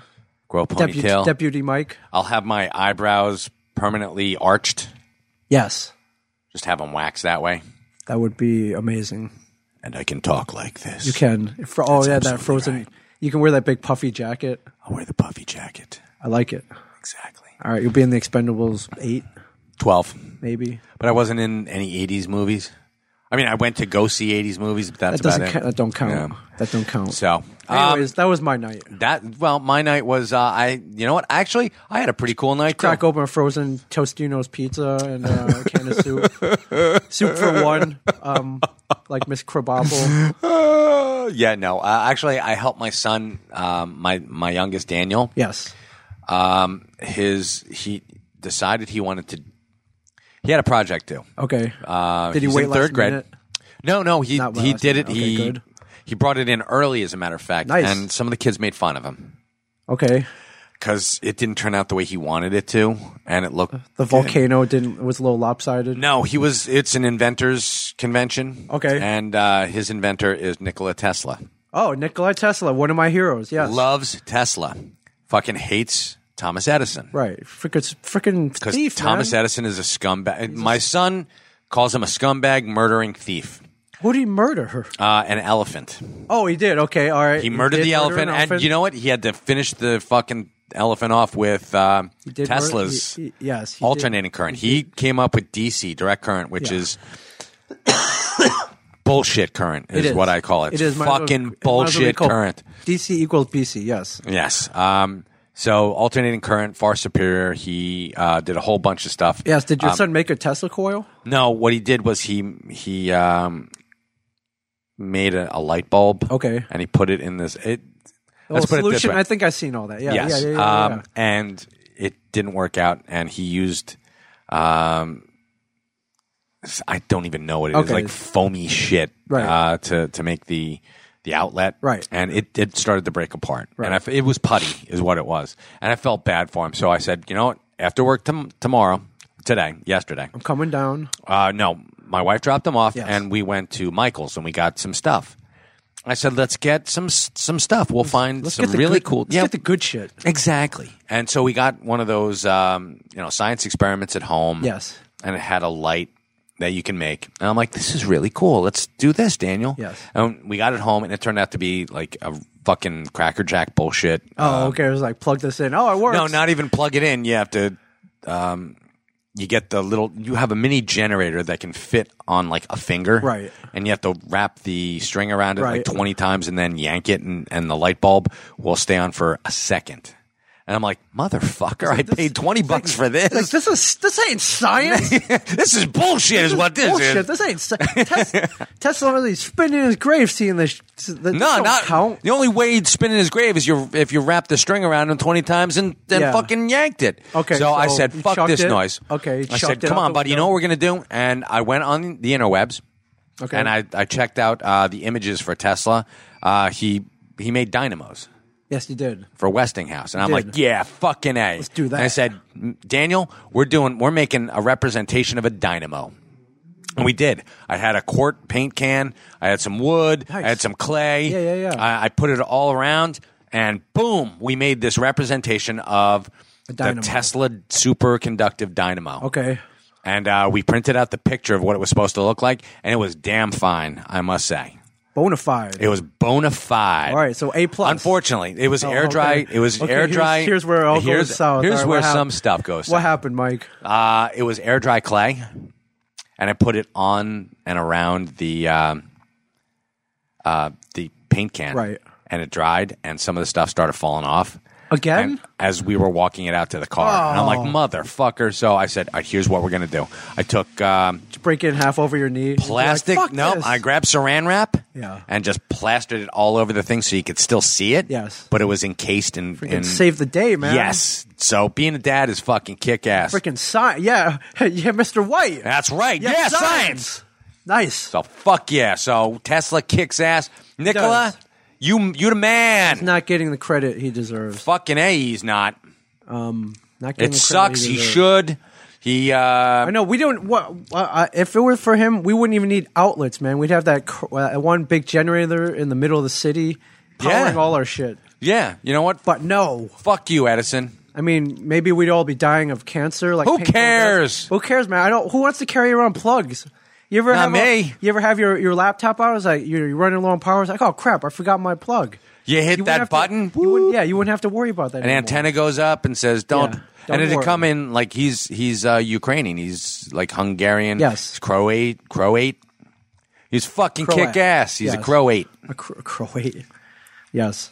grow a
Deputy,
ponytail.
Deputy Mike.
I'll have my eyebrows permanently arched.
Yes,
Just have them waxed that way,
that would be amazing.
and I can talk like this.
You can. For, oh yeah, that
absolutely
frozen.
right.
You can wear that big puffy jacket.
I'll wear the puffy jacket.
I like it.
Exactly.
All right, you'll be in the Expendables eight,
Twelve.
maybe.
But I wasn't in any '80s movies. I mean, I went to go see '80s movies, but that's
That doesn't.
about
Count,
it.
that don't count.
Yeah.
That don't count.
So, um,
anyways, that was my night.
that well, my night was. Uh, I you know what? Actually, I had a pretty cool night. too.
Crack open a frozen Tostino's pizza and uh, a can of soup. soup for one, um, like Miss Krabappel.
Uh, yeah, no. Uh, actually, I helped my son, um, my my youngest Daniel.
Yes,
um, his he decided he wanted to. He had a project due.
okay.
Uh,
Did he
he's
wait
in
last
third grade?
minute?
No, no, he
Not
he
last
did it.
minute. Okay,
he
good.
he brought it in early, as a matter of fact.
Nice.
And some of the kids made fun of him
okay,
because it didn't turn out the way he wanted it to, and it looked
the volcano didn't was a little lopsided.
No, he was. It's an inventors convention.
Okay.
and uh, his inventor is Nikola Tesla.
Oh, Nikolai Tesla, one of my heroes. Yes,
Loves Tesla. Fucking hates Thomas Edison.
right. Frickin' frickin'
because
thief,
Thomas
man.
Edison is a scumbag. My son calls him a scumbag, murdering thief.
Who did he murder her?
Uh, an elephant.
Oh, he did. Okay, all right.
He murdered
did
the
murder
elephant,
an
and you know what? He had to finish the fucking elephant off with um,
He did murder-
Tesla's
he- he- yes, he did.
alternating current. He came up with DC direct current, which
Yeah.
is bullshit current. Is,
is.
what I call it.
It is. Might as well-
fucking
might as well be
bullshit
called
current.
DC equals BC. Yes.
Yes. Um, so alternating current, far superior. He uh, did a whole bunch of stuff.
Yes. Did your
Um,
son make a Tesla coil?
No, what he did was he he um, made a, a light bulb.
Okay.
and he put it in this. It,
Well,
let's put it this
solution.
way.
I think I've seen all that. Yeah.
yes,
Yeah. Yeah. yeah,
um,
yeah.
and it didn't work out, and he used. Um, s- I don't even know what it is,
Okay.
like foamy shit
Right.
uh, to to make the the outlet
Right.
and it, it started to break apart
Right.
and I f it was putty is what it was and I felt bad for him so I said you know what after work tom tomorrow today yesterday
I'm coming down.
uh, no, my wife dropped them off,
Yes.
and we went to Michael's and we got some stuff. I said, "Let's get some s- some stuff. We'll find
Let's
some
get the
really
good,
cool.
Let's get the good shit.
exactly." And so we got one of those, um, you know, science experiments at home.
Yes.
and it had a light that you can make. And I'm like, "This is really cool. Let's do this, Daniel."
Yes.
And we got it home, and it turned out to be like a fucking Cracker Jack bullshit.
Oh, okay. It was like plug this in. Oh, it works.
Um, No, not even plug it in. You have to. Um, you get the little. You have a mini generator that can fit on like a finger,
Right.
And you have to wrap the string around it
Right.
like twenty times, and then yank it, and, and the light bulb will stay on for a second. And I'm like, motherfucker! I paid twenty bucks for
Like,
this.
this is this ain't science.
this is bullshit. Is what this
bullshit.
is.
This ain't sci- Tes- Tesla really spinning his grave, seeing this. sh- this
No,
don't
not
count.
the only way he'd spin in his grave is you if you wrap the string around him twenty times and then
Yeah.
fucking yanked it.
Okay,
so, I
so
said,
you
"Fuck
chucked
this
it.
noise."
Okay, you
I
chucked
said,
it
"Come
out
on,
the
buddy, you know
window.
what we're gonna do?" And I went on the interwebs,
Okay.
and I I checked out uh, the images for Tesla. Uh, he he made dynamos
Yes, you did.
for Westinghouse, and I'm
did.
like, "Yeah, fucking a, let's
do
And I
that.
said, "Daniel, we're doing we're making a representation of a dynamo." And we did. I had a quart paint can. I had some wood.
Nice.
I had some clay.
Yeah, yeah, yeah.
I, I put it all around, and boom, we made this representation of the
dynamo.
Tesla superconductive dynamo.
Okay.
And uh, we printed out the picture of what it was supposed to look like, and it was damn fine, I must say.
Bonafide.
It was bona fide.
All right, so A plus. Oh,
Unfortunately, it was air
okay.
dry. It was
Okay,
air
here's-
dry.
Here's, where it all
here's,
goes south.
Here's
All right, what
where
hap-
some stuff goes.
What
south.
happened, Mike?
Uh, it was air dry clay, and I put it on and around the um, uh, the paint can.
Right.
And it dried, and some of the stuff started falling off.
Again?
And as we were walking it out to the car, and I'm
Oh.
like, motherfucker. So I said, All right, here's what we're going to do. I took um,
Just break it in half over your knee. Just be like,
plastic.
"Fuck
no,
this."
I grabbed saran wrap
Yeah.
and just plastered it all over the thing so you could still see it.
Yes.
But it was encased in. in
Freaking save the day, man.
Yes. So being a dad is fucking kick ass.
Freaking science. Yeah. yeah, Mr. White.
That's right. Yeah, science.
Nice.
So fuck yeah. So Tesla kicks ass. Nicola,
does.
you you the man.
Not getting the credit he deserves.
Fucking a, he's not.
Not getting
It
the
sucks.
Credit
He
deserves.
should. He uh,
I know we don't. What uh, if it were for him? We wouldn't even need outlets, man. We'd have that cr- uh, one big generator in the middle of the city, powering
Yeah.
all our shit.
yeah. You know what? Fuck,
But no,
fuck you, Edison.
I mean, maybe we'd all be dying of cancer. Like
Who
painful death.
cares?
Who cares, man? I don't. Who wants to carry around plugs? You ever
Not
have a-
me.
you ever have your, your laptop out? It's like you're you're running low on power. It's like, oh crap, I forgot my plug.
You hit
wouldn't have
that
to-
button.
you wouldn't- yeah, you wouldn't have to worry about that.
An
anymore.
antenna goes up and says, "Don't."
Yeah, don't
and it'd
worry.
come in like he's he's uh, Ukrainian. He's like Hungarian.
Yes.
He's Croat. Croat. He's fucking
Croat.
kick ass. He's a
Yes.
Croat.
A cro- Croat. Yes.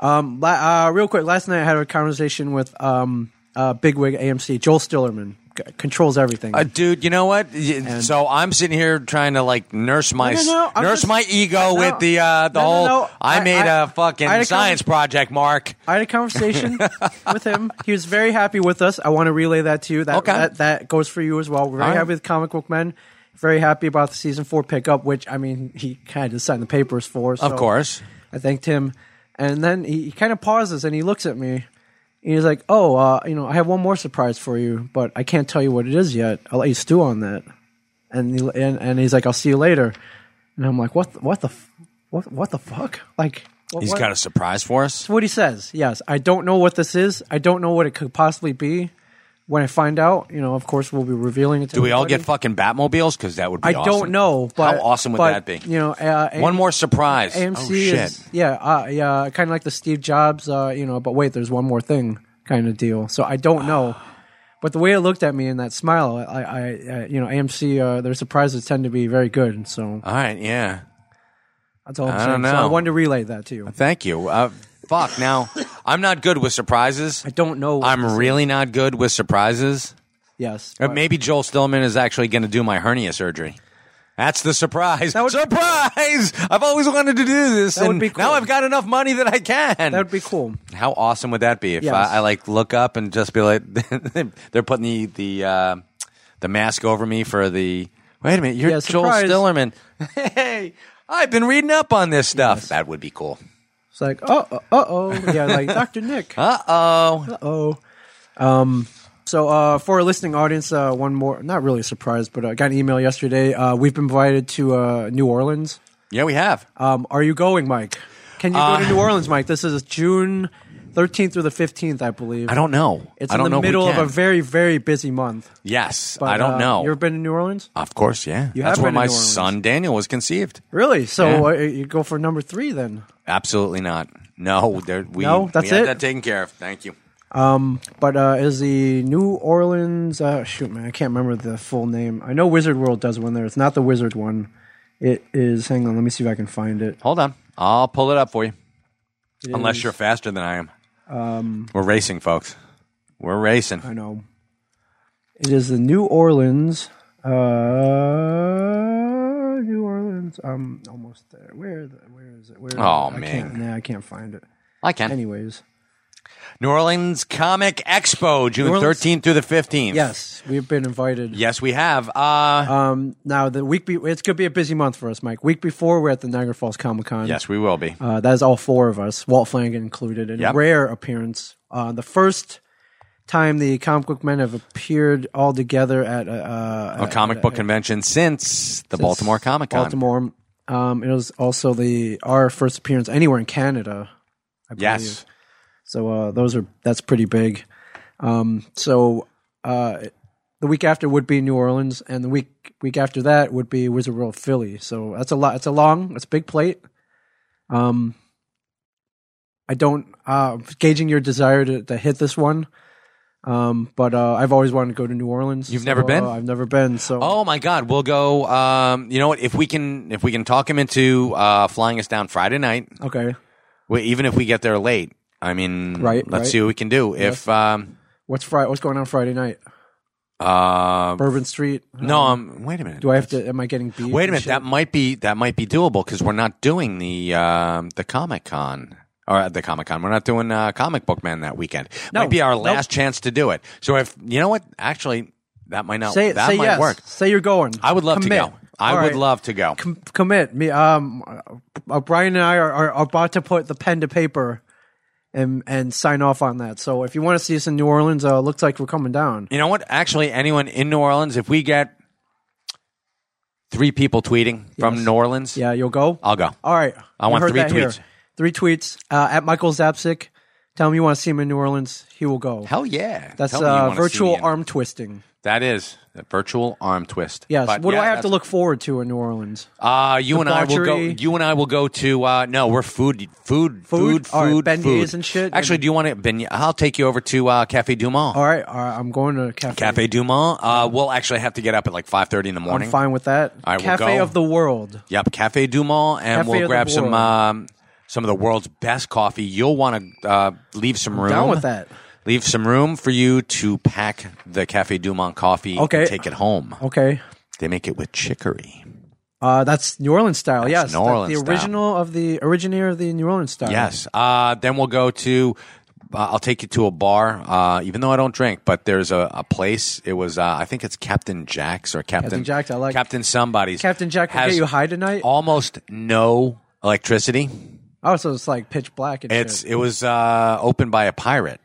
Um, la- uh, real quick, last night I had a conversation with um, uh, Bigwig AMC, Joel Stillerman. C- controls everything.
Uh, dude, you know what? Y- so I'm sitting here trying to like nurse my
No, no, no, I'm
nurse
just-
my ego
No.
with the uh, the
No, no,
whole.
no.
I
I-
made a
I- I had
fucking
a
science project, Mark.
I had a conversation with him. He was very happy with us. I want to relay that to you. That
Okay.
that, that goes for you as well. We're very
All right.
happy with Comic Book Men. Very happy about the season four pickup, which I mean, he kind of signed the papers for. So
Of course.
I thanked him, and then he, he kind of pauses and he looks at me. And he's like, "Oh, uh, you know, I have one more surprise for you, but I can't tell you what it is yet. I'll let you stew on that." And he, and, and he's like, "I'll see you later," and I'm like, "What? The, what the? f- What? What the fuck? Like, what,
He's
what?
got a surprise for us.
That's what he says. Yes, I don't know what this is. I don't know what it could possibly be, when I find out, you know, of course, we'll be revealing it. To
Do we all
everybody.
get fucking Batmobiles? Because that would be
I
awesome.
don't know, but
How awesome would
but,
that be?
You know, uh,
One more surprise.
AMC
oh, shit.
is yeah, uh, yeah, kind of like the Steve Jobs, uh, you know. But wait, there's one more thing, kind of deal. So I don't know, but the way it looked at me and that smile, I, I, I you know, AMC, uh, their surprises tend to be very good. So
All right, yeah.
that's all I'm
I
saying.
don't
So I
know.
wanted to relay that to you.
Thank you. Uh, fuck. Now, I'm not good with surprises.
I don't know.
I'm really not good with surprises.
yes,
Uh,
but-
Maybe Joel Stillman is actually going to do my hernia surgery. That's the surprise. surprise! I've always wanted to do this,
That would
and
be cool.
now I've got enough money that I can.
that would be cool.
How awesome would that be if
Yes.
I, I like look up and just be like, they're putting the the uh, the mask over me for the. Wait a minute, you're
Yeah,
Joel
surprise.
Stillerman. Hey, I've been reading up on this stuff. That would be cool.
It's like oh, uh oh, yeah, like Doctor Nick.
Uh oh.
Oh, um, so uh, for our listening audience, uh, one more, not really surprised, but I got an email yesterday. Uh, we've been invited to uh, New Orleans.
Yeah, we have.
Um, are you going, Mike? Can you go to
Uh,
New Orleans, Mike? This is June 13th through the 15th, I believe.
I don't know.
It's
I don't
in the
know if we
middle of a
can.
very, very busy month.
Yes,
But,
I don't
uh,
know.
You ever been to New Orleans?
Of course, yeah.
You have
That's where
been to
my
New Orleans.
son Daniel was conceived.
Really?
Yeah.
So uh, you go for number three then.
Absolutely not. No, there, we,
No, that's
we had
it?
that taken care of. Thank you.
But uh, is the New Orleans? Uh, shoot, man, I can't remember the full name. I know Wizard World does one there. It's not the Wizard one. It is. Hang on, let me see if I can find it.
Hold on. I'll pull it up for you. Unless you're faster than I am.
um,
We're racing, folks. We're racing.
I know. It is the New Orleans. Uh, New Orleans. I'm almost there. Where? The, where is it? Where? is
Aw,
it? I
Oh, man.
can't, nah, I can't find it.
I can.
Anyways,
New Orleans Comic Expo, June
Orleans-
13th through the 15th.
yes, we've been invited.
Yes, we have. Uh,
Um, now the week be it's gonna be a busy month for us, Mike. Week before we're at the Niagara Falls Comic Con.
yes, we will be.
Uh, that is all four of us, Walt Flanagan included, in
Yep.
a rare appearance. Uh, the first time the comic book men have appeared all together at uh, uh,
a comic book convention since the Baltimore Comic Con.
Baltimore. Um, it was also the our first appearance anywhere in Canada. I believe.
Yes.
So uh, those are that's pretty big. Um, so uh, the week after would be New Orleans, and the week week after that would be Wizard World Philly. So that's a lot. It's a long. It's a big plate. Um, I don't uh, gauging your desire to, to hit this one. Um, but uh, I've always wanted to go to New Orleans.
You've
so,
never been?
uh, I've never been. So
Oh my God, we'll go. Um, you know what? If we can, if we can talk him into uh, flying us down Friday night,
okay.
we, even if we get there late. I mean,
Right,
Let's
right.
see what we can do. If um,
What's Friday? What's going on Friday night?
uh,
Bourbon Street.
no, um, wait a minute.
Do I have to? Am I getting beat?
Wait a
and
minute.
shit?
That might be that might be doable because we're not doing the um, the Comic Con or uh, the Comic Con. We're not doing uh, Comic Book Man that weekend.
No,
might be our
nope.
last chance to do it. So if you know what, actually, that might not.
say
that
say
might
yes.
work.
Say you're going.
I would love
Commit.
to go. I
All
would
right.
love to go.
Com- commit me. Um, uh, Brian and I are, are about to put the pen to paper, and and sign off on that. So if you want to see us in New Orleans, uh, looks like we're coming down.
You know what? Actually, anyone in New Orleans, if we get three people tweeting from
Yes.
New Orleans,
Yeah, you'll go.
I'll go.
All right.
I
You
want
heard
three
that here.
tweets.
Three tweets uh, at Michael Zapsik. Tell him you want to see him in New Orleans. He will go.
Hell yeah!
That's
Tell me you
uh,
wanna see me
virtual
in-
arm twisting.
That is a virtual arm twist.
Yes.
But
what
yeah,
do I have to
that's-
look forward to in New Orleans?
Uh, you and I will go.
Debauchery.
You and I will go to. Uh, no, we're food, food, food, food,
Food? All right, beignets
food.
and shit,
Actually,
and-
do you want to? Beignet, I'll take you over to uh, Cafe Dumont.
All right, all right, I'm going to cafe.
Cafe Dumont. Uh, we'll actually have to get up at like five thirty in the
I'm
morning.
fine with that.
All right, we'll
cafe
go.
of the world.
Yep, Cafe Dumont, and
Cafe of
we'll
the
grab some
world.
um, some of the world's best coffee. You'll want to uh, leave some room.
Down with that.
Leave some room for you to pack the Cafe Dumont coffee. and
Okay.
take it home.
Okay,
They make it with chicory.
uh, that's New Orleans style. yes,
New
that's
Orleans
the
style.
original of the originator of the New Orleans style.
Yes. Uh, then we'll go to. Uh, I'll take you to a bar, uh, even though I don't drink. But there's a, a place. It was uh, I think it's Captain Jack's or Captain,
Captain Jack's, I like.
Captain somebody's.
Captain Jack will
Has
get you high tonight.
Almost no electricity.
Oh, so it's like pitch black and
It's
shit.
it was uh, opened by a pirate.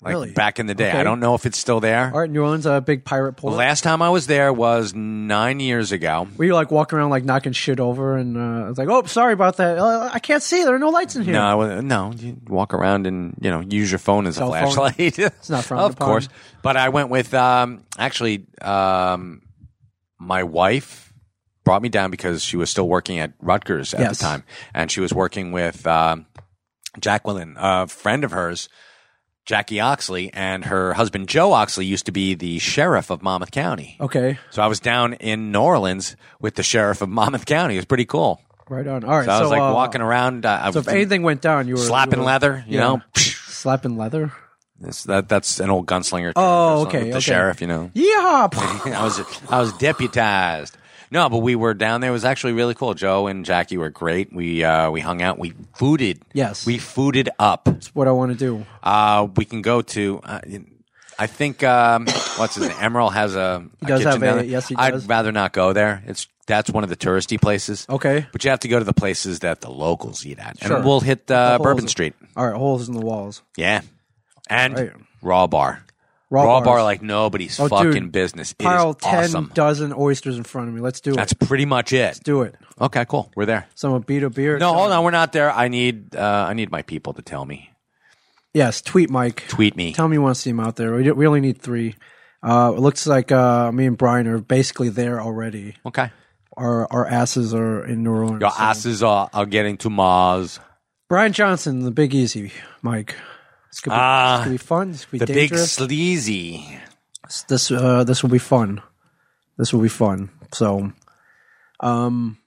like
Really?
back in the day.
Okay.
I don't know if it's still there.
Art New Orleans, a big pirate
The
port.
last time I was there was nine years ago.
Were you like walking around like knocking shit over and uh, I was like, oh, sorry about that. Uh, I can't see. There are no lights in here.
No, I wasn't, no. You walk around and you know use your phone as a
Cell phone.
flashlight. it's
not frowned
of
upon.
course. But I went with um, actually um, my wife brought me down because she was still working at Rutgers at
Yes.
the time, and she was working with um, Jacqueline, a friend of hers. Jackie Oxley and her husband Joe Oxley used to be the sheriff of Monmouth County.
Okay,
So I was down in New Orleans with the sheriff of Monmouth County. It was pretty cool.
right on. All right.
So, I was like
uh,
walking around. Uh, I
So
was
if anything went down, you were
slapping
you were
leather, you
yeah.
know.
Slapping leather.
It's- that, that's an old gunslinger. term
Oh,
for
okay,
The
okay.
sheriff, you know.
Yeah.
I was I was deputized. No, but we were down there. It was actually really cool. Joe and Jackie were great. We uh, we hung out. We fooded.
Yes.
we fooded up.
what I want to do.
Uh, we can go to. Uh, I think um, what's his name? Emerald has a. He
does
kitchen
have a-
down there.
yes, he does.
I'd rather not go there. It's that's one of the touristy places.
Okay.
but you have to go to the places that the locals eat at,
Sure.
and we'll hit uh,
Holes
Bourbon
in-
Street.
All right, holes in the walls.
Yeah, and
Right.
raw bar.
Raw
Raw, bar
bars.
like nobody's
Oh,
fucking
dude.
business. It is
Pile ten
awesome.
dozen oysters in front of me. Let's do it.
That's pretty much it.
do it.
Okay, cool. We're there.
Someone beat a beer.
No, hold on. We're not there. I need uh, I need my people to tell me.
Yes, tweet Mike.
Tweet me.
Tell me you want to see him out there. We, we only need three. Uh, it looks like uh, me and Brian are basically there already.
okay.
Our our asses are in New Orleans.
Your
so-
asses are, are getting to Mars.
Brian Johnson, the Big Easy, Mike. This could be,
Ah,
this could be fun. This could be
The big
dangerous.
sleazy.
this uh, this will be fun. This will be fun. So, um,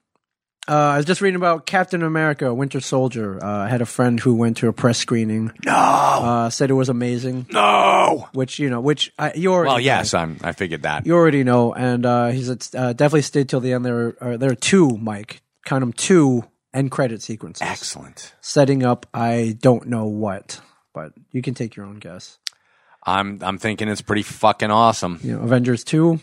uh, I was just reading about Captain America: Winter Soldier. Uh, I had a friend who went to a press screening. No, uh, said it was amazing.
No.
Which you know, which I, you already
Well, yes, I'm. I figured that.
you already know. And uh, he said uh, definitely stayed till the end. There are, uh, there are two, Mike. Count them two end credit sequences
Excellent.
setting up. I don't know what, but you can take your own guess.
I'm. I'm thinking it's pretty fucking awesome.
You know, Avengers two,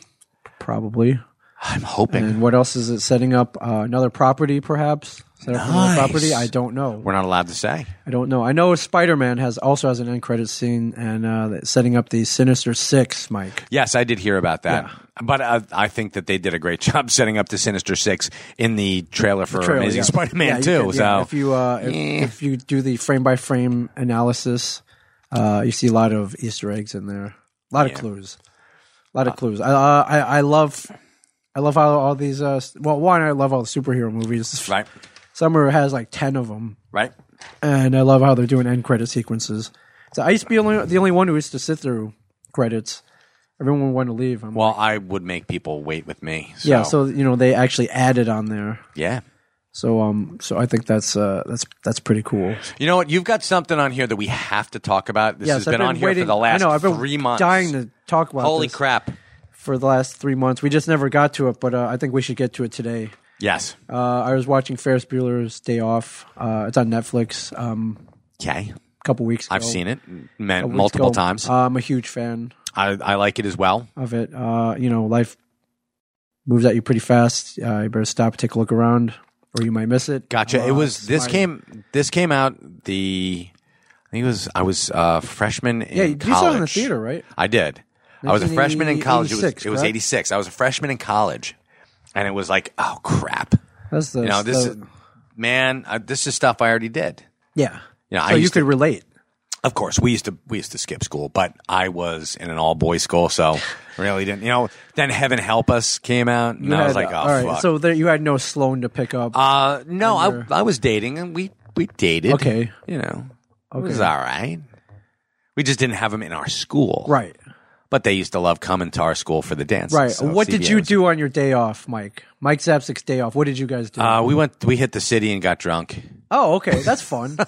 probably.
I'm hoping
And what else is it setting up? Uh, another property, perhaps? Set up another
Nice.
property? I don't know.
we're not allowed to say.
I don't know. I know Spider Man has also has an end credit scene and uh, that's setting up the Sinister Six, Mike.
Yes, I did hear about that. But I, I think that they did a great job setting up the Sinister Six in the trailer for
Trailer,
Amazing
yeah.
Spider-Man
Yeah, you
2.
can- yeah,
so
if you uh, if, if you do the frame by frame analysis, uh, you see a lot of Easter eggs in there, a lot of clues, a lot of clues. I, uh, I I love. I love how all these. Uh, s- well, one, I love all the superhero movies.
right,
Summer has like ten of them.
right.
and I love how they're doing end credit sequences. So I used to be only, the only one who used to sit through credits. Everyone wanted to leave. I'm,
Well, I would make people wait with me. So,
yeah, so you know they actually added on there.
yeah.
So um, so I think that's uh, that's that's pretty cool.
You know what? You've got something on here that we have to talk about. This
Yes,
has
I've
been, on here for the last
I know, I've been
three months.
dying to talk about.
Holy
this
crap!
For the last three months, we just never got to it, but uh, I think we should get to it today.
Yes.
Uh, I was watching Ferris Bueller's Day Off. Uh, it's on Netflix. Um,
Okay.
a couple weeks. ago.
I've seen it man,
A weeks
multiple
ago.
times.
Uh, I'm a huge fan.
I, I like it as well.
of it. Uh, you know, life moves at you pretty fast. Uh, you better stop, take a look around, or you might miss it.
Gotcha.
Uh,
it was this
slide.
came this came out the I think it was I was uh, freshman in
Yeah, you
college.
saw it in the theater, right?
I did. I was a freshman in college. It was,
1986,
it was
correct?
86. I was a freshman in college. And it was like, oh, crap.
That's the
You know, this
the-
is, man, uh, this is stuff I already did.
yeah.
Yeah, I
so you
used
could
to-
relate.
Of course, we used to we used to skip school, but I was in an all boys school, so really didn't. You know, then Heaven Help Us came out, and
You
I was
had-
like, oh,
all right,
fuck.
So there, you had no Sloan to pick up.
uh, no, I I was dating, and we we dated.
Okay.
you know, it was all right. We just didn't have them in our school,
right,
But they used to love coming to our school for the dance.
right. what did you do on your day off, Mike? Mike Zapsik's day off. What did you guys do?
Uh, we went. We hit the city and got drunk.
oh, okay, that's fun.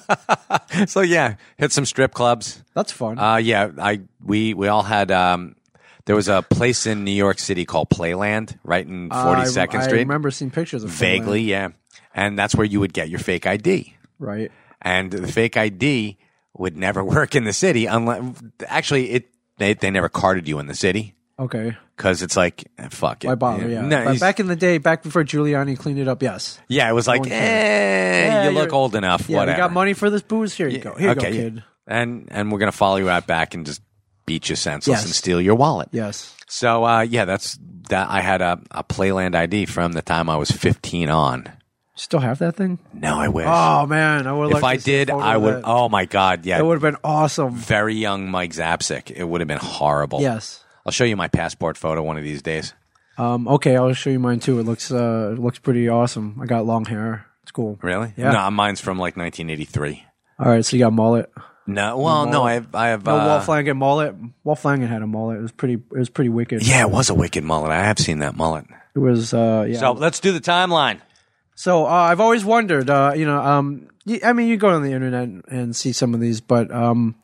So yeah, hit some strip clubs.
that's fun.
Uh, yeah, I we we all had. Um, there was a place in New York City called Playland, right in
Uh,
Forty Second
I,
Street.
I remember seeing pictures of Finland.
Vaguely, yeah, and that's where you would get your fake ID,
Right.
and the fake ID would never work in the city unless actually it they they never carded you in the city
Okay.
because it's like eh, fuck it.
Why bother? Yeah.
No,
but
it's-
back in the day, back before Giuliani cleaned it up, yes.
yeah, it was like eh,
Yeah,
you look
you're-
old enough.
Yeah, we
whatever.
got money for this booze. Here you go. Here you
okay,
go,
yeah.
kid.
and and we're gonna follow you out back and just beat you senseless
Yes.
and steal your wallet.
Yes.
So uh, yeah, that's that. I had a, a Playland ID from the time I was 15 on.
Still have that thing?
No, I wish.
Oh man, I would.
if I did, I would.
Oh,
Oh my god, yeah.
that would have been awesome.
very young Mike Zapsik. It would have been horrible.
Yes.
I'll show you my passport photo one of these days.
Um, okay, I'll show you mine too. It looks uh, it looks pretty awesome. I got long hair. It's cool.
Really?
Yeah.
No, mine's from like 1983.
All right, so you got mullet.
Uh, No, well, no, I have, I have.
No,
uh,
Walt Flanagan mullet. Walt Flanagan had a mullet. It was pretty. It was pretty wicked.
yeah, it was a wicked mullet. I have seen that mullet.
It was. Uh, yeah.
So let's do the timeline.
So uh, I've always wondered, uh, you know, um, y- I mean, you go on the internet and- and see some of these, but um,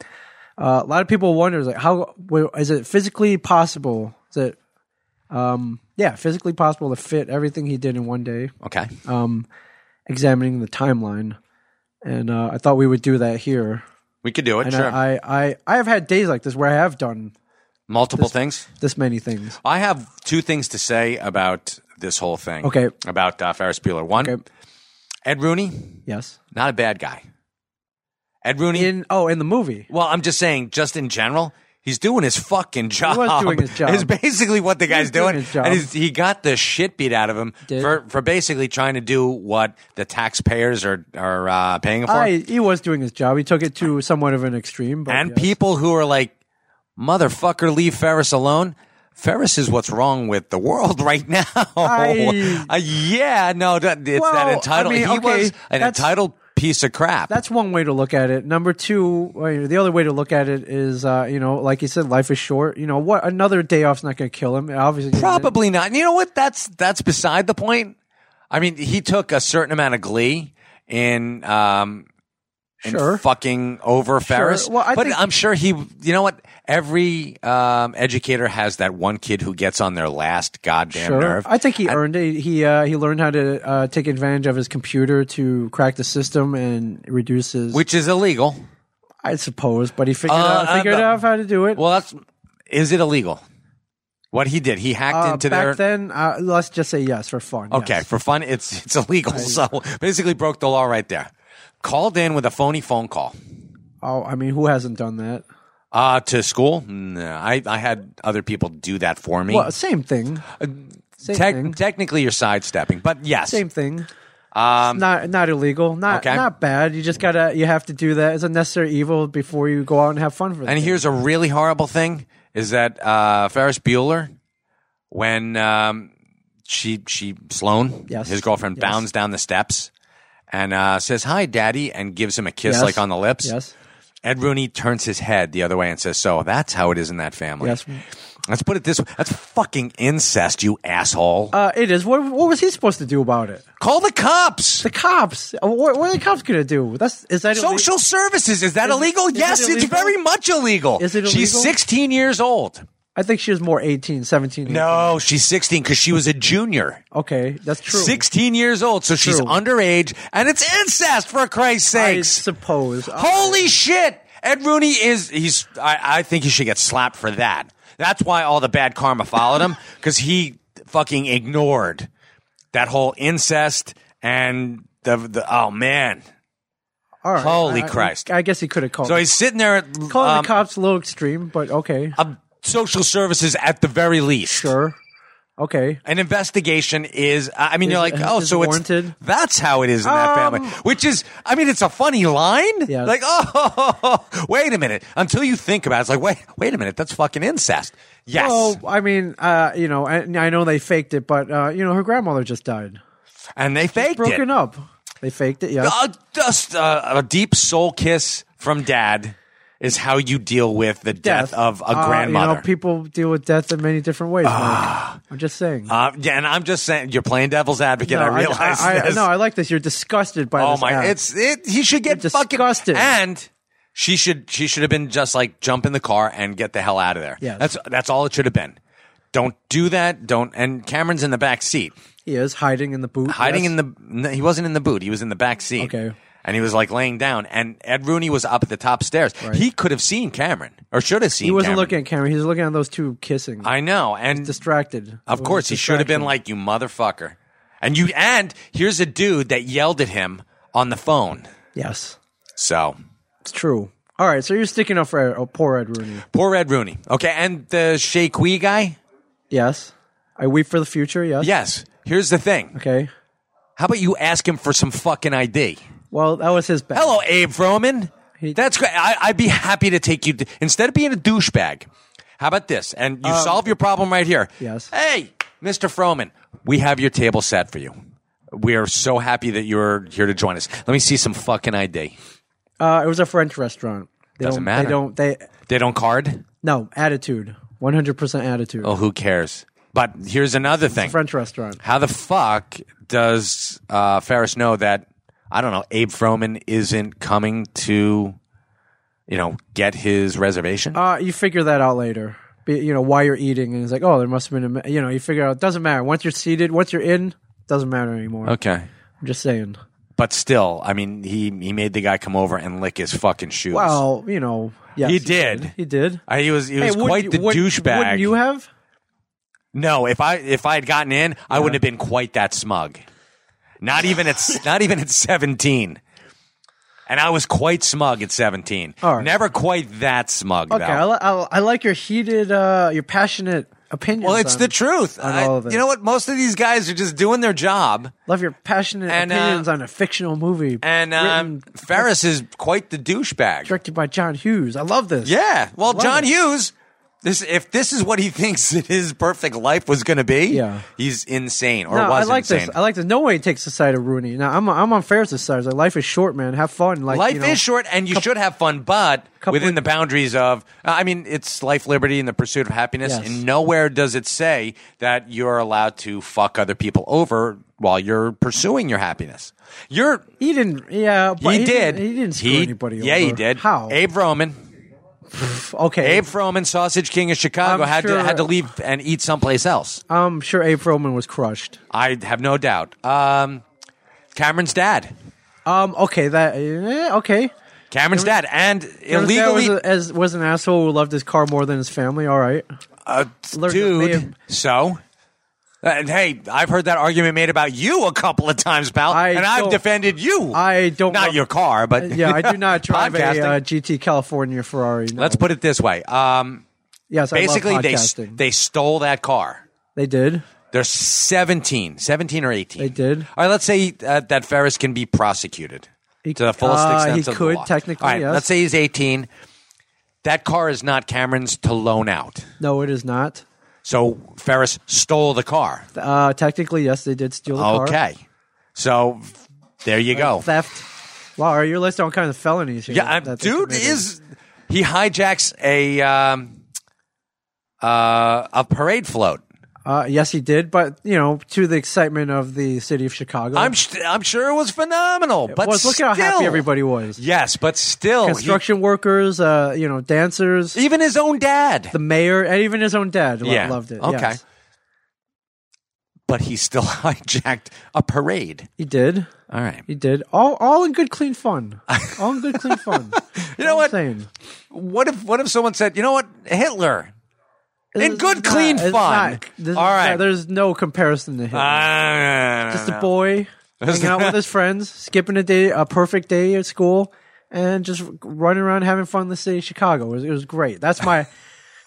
uh, a lot of people wonder, like, how wh- is it physically possible that, um, yeah, physically possible to fit everything he did in one day?
Okay.
Um, examining the timeline, and uh, I thought we would do that here.
We could do it.
And
Sure.
I, I, I, I have had days like this where I have done
Multiple things.
this many things.
I have two things to say about this whole thing.
Okay.
About uh, Ferris Bueller. One,
Okay.
Ed Rooney,
Yes.
not a bad guy. Ed Rooney.
In oh, in the movie.
well, I'm just saying, just in general, he's doing his fucking job.
was doing his job.
Is basically what the guy's
doing
doing.
his job.
And he's, he got the shit beat out of him
did.
for, for basically trying to do what the taxpayers are, are uh, paying him for.
I, he was doing his job. He took it to somewhat of an extreme, but
and
yes.
people who are like, motherfucker, leave Ferris alone. Ferris is what's wrong with the world right now.
I-
Uh, yeah, no, that, it's
Well, I
that entitled.
mean,
he
okay,
was an
that's-
entitled piece of crap.
That's one way to look at it. Number two, well, the other way to look at it is, uh, you know, like you said, life is short. You know what? Another day off's not going to kill him. It Obviously,
Probably not. And you know what? That's that's beside the point. I mean, he took a certain amount of glee in um in
Sure.
fucking over Ferris.
Well, I
but
think-
I'm sure he. You know what? Every um, educator has that one kid who gets on their last goddamn
Sure.
nerve.
I think he earned it. He uh, he learned how to uh, take advantage of his computer to crack the system and reduce his,
which is illegal.
I suppose. But he figured
Uh,
out
uh,
figured
but-
out how to do it.
Well, that's is it illegal? What he did, he hacked
uh,
into
back
their
then, uh, let's just say yes for fun.
okay
yes.
for fun. It's it's illegal. So basically, broke the law right there. Called in with a phony phone call
Oh, I mean, who hasn't done that?
uh, to school. No, I I had other people do that for me. Uh,
Well, same thing. Same
Tec-
thing.
Technically, you're sidestepping, but yes,
Same thing. Um, not not illegal. Not
okay.
not bad. You just gotta you have to do that. It's a necessary evil before you go out and have fun for
And
the
here's a really horrible thing: is that uh, Ferris Bueller, when um, she she Sloan,
Yes.
his girlfriend,
Yes.
bounds down the steps and uh, says "Hi, Daddy" and gives him a kiss
Yes.
like on the lips.
Yes.
Ed Rooney turns his head the other way and says, "So that's how it is in that family."
Yes.
Let's put it this way: that's fucking incest, you asshole.
Uh, it is. What what was he supposed to do about it?
Call the cops.
The cops. Uh, What, what are the cops gonna do? That's is that illegal?
Social services is that
Is it-
illegal?
is it
yes, it's
illegal?
very much illegal.
Is it
She's
illegal?
16 years old.
I think she was more 18, 17. 18.
No, she's 16 because she was a junior.
Okay, that's true.
16 years old, so she's
True.
underage, and it's incest for Christ's
I
sakes.
suppose. Uh,
Holy shit! Ed Rooney is, he's, I, I think he should get slapped for that. That's why all the bad karma followed him, because he fucking ignored that whole incest and the, the oh man.
All right.
Holy
I-
Christ.
I, guess he could have called.
So he's sitting there at
calling
um,
the cops a little extreme, but okay,
um, social services at the very least.
sure. Okay.
An investigation is, I mean, you're like, oh,
is
so
warranted?
it's that's how it is in that
Um,
family, which is, I mean, it's a funny line.
Yes.
Like, oh, wait a minute. Until you think about it, it's like, wait, wait a minute, that's fucking incest. Yes.
Well, I mean, uh, you know, I, I know they faked it, but uh, you know, her grandmother just died.
and they faked
broken
it.
up. They faked it. Yes.
A, just uh, a deep soul kiss from dad is how you deal with the death, of a
Uh, You
grandmother.
know, people deal with death in many different ways. Mike. I'm just saying.
uh, yeah, and I'm just saying, you're playing devil's advocate.
No,
I realize
I,
this.
no, I like this. You're disgusted by
Oh
this.
my!
act.
It's it. He should get
You're
fucking
disgusted.
And she should she should have been just like jump in the car and get the hell out of there.
Yes.
that's that's all it should have been. Don't do that. Don't. And Cameron's in the back seat,
he is hiding in the boot.
hiding
yes.
in the. no, He wasn't in the boot. He was in the back seat.
Okay.
And he was like laying down, and Ed Rooney was up at the top stairs. He could have seen Cameron, or should have seen.
He wasn't
Cameron.
looking at camera. He was looking at those two kissing.
I know, and
distracted.
of course, he should have been like, "You motherfucker!" And you, and here's a dude that yelled at him on the phone.
Yes,
So
it's true. All right, so you're sticking up for oh, poor Ed Rooney.
Poor Red Rooney. Okay, and the Shake Wee guy?
Yes. I weep for the future. Yes.
Yes. Here's the thing.
Okay.
How about you ask him for some fucking ID?
Well, that was his bad.
Hello, Abe Froman. That's great. I, I'd be happy to take you. Instead of being a douchebag, how about this? And you solve your problem right here.
Yes.
Hey, Mr. Froman, we have your table set for you. We are so happy that you're here to join us. Let me see some fucking ID.
Uh, it was a French restaurant. They
Doesn't
don't,
matter.
They don't. They
They don't card?
no attitude. One hundred percent attitude.
Oh, who cares? But here's another thing.
French restaurant.
How the fuck does uh, Ferris know that I don't know Abe Froman isn't coming to, you know, get his reservation?
Uh, you figure that out later. Be, you know why you're eating, and it's like, oh, there must have been. A, ma- you know, you figure out. Doesn't matter. Once you're seated, once you're in, doesn't matter anymore.
okay,
I'm just saying.
but still, I mean, he he made the guy come over and lick his fucking shoes.
Well, you know, yes,
He did.
He did.
Uh, he was he was
wouldn't
quite
you-
the
wouldn't-
douchebag.
Wouldn't you have?
no, if I if I had gotten in, I wouldn't have been quite that smug. Not even at s- not even at seventeen. And I was quite smug at seventeen.
All right.
Never quite that smug.
Okay,
though.
I, li- I, li- I like your heated, uh, your passionate opinions.
Well, it's
on-
the truth.
on
I-
all of it.
You know what? Most of these guys are just doing their job,
Love your passionate
And, uh,
opinions on a fictional movie.
and um,
written,
Ferris is quite the douchebag.
directed by John Hughes. I love this.
Yeah. Well,
Love
John
it.
Hughes. This, if this is what he thinks that his perfect life was going to be,
Yeah.
he's insane or
No, I
was
like
insane.
this. I like this. No way takes the side of Rooney. Now I'm I'm on Ferris's side. Like life is short, man. Have fun. Like
life
you know,
is short, and you should have fun, but
couple-
within the boundaries of, I mean, it's life, liberty, and the pursuit of happiness.
Yes.
And nowhere does it say that you're allowed to fuck other people over while you're pursuing your happiness. You're
He didn't. Yeah, but
he,
didn't-
did.
He didn't screw anybody.
Yeah,
over.
he did.
How?
Abe Roman,
Okay.
Abe Froman, Sausage King of Chicago,
I'm
had
sure-
to had to leave and eat someplace else.
I'm Um, sure Abe Froman was crushed.
I have no doubt. Um, Cameron's dad.
Um. Okay. That. eh, okay.
Cameron's dad, and
If that
illegally,
was, a- as was an asshole who loved his car more than his family. All right.
uh,
learned that
dude.
they-
So, uh, and hey, I've heard that argument made about you a couple of times, pal,
I
and I've
don't-
defended you.
I don't
not
love-
your car, but
Yeah, I do not drive a
Podcasting.
uh, GT California Ferrari. no.
Let's put it this way. Um,
Yes, I
basically,
love
they
podcasting.
they stole that car.
They did.
They're 17, 17 or 18.
They did.
All right, let's say uh, that Ferris can be prosecuted
He-
to the fullest
uh,
extent
he
of the
could,
law.
technically,
All right,
yes.
let's say he's 18. That car is not Cameron's to loan out.
No, it is not.
So Ferris stole the car.
Uh, technically, yes, they did steal the car.
Okay. So there you go.
Theft. Wow, your list on kind of felonies here.
Yeah, I'm-
that they
dude
committed.
is he hijacks a um, uh, a parade float.
Uh, yes, he did, but you know, to the excitement of the city of Chicago.
I'm sh- I'm sure it was phenomenal, but
was look at how happy
still-
everybody was.
Yes, but still, he-
Construction workers, uh, you know, dancers,
even his own dad.
the mayor, and even his own dad lo-
Yeah.
loved it.
Okay.
yes.
but he still hijacked a parade.
he did.
All right.
He did. All, all in good, clean fun. All in good, clean fun.
You know what?
Saying.
What if what if someone said, you know what, Hitler, in good clean
It's
fun.
not- this-
All right. Uh,
there's no comparison to him.
Ah,
Just a boy hanging out with his friends, skipping a day, a perfect day at school, and just running around having fun in the city of Chicago. It was, it was great. That's my.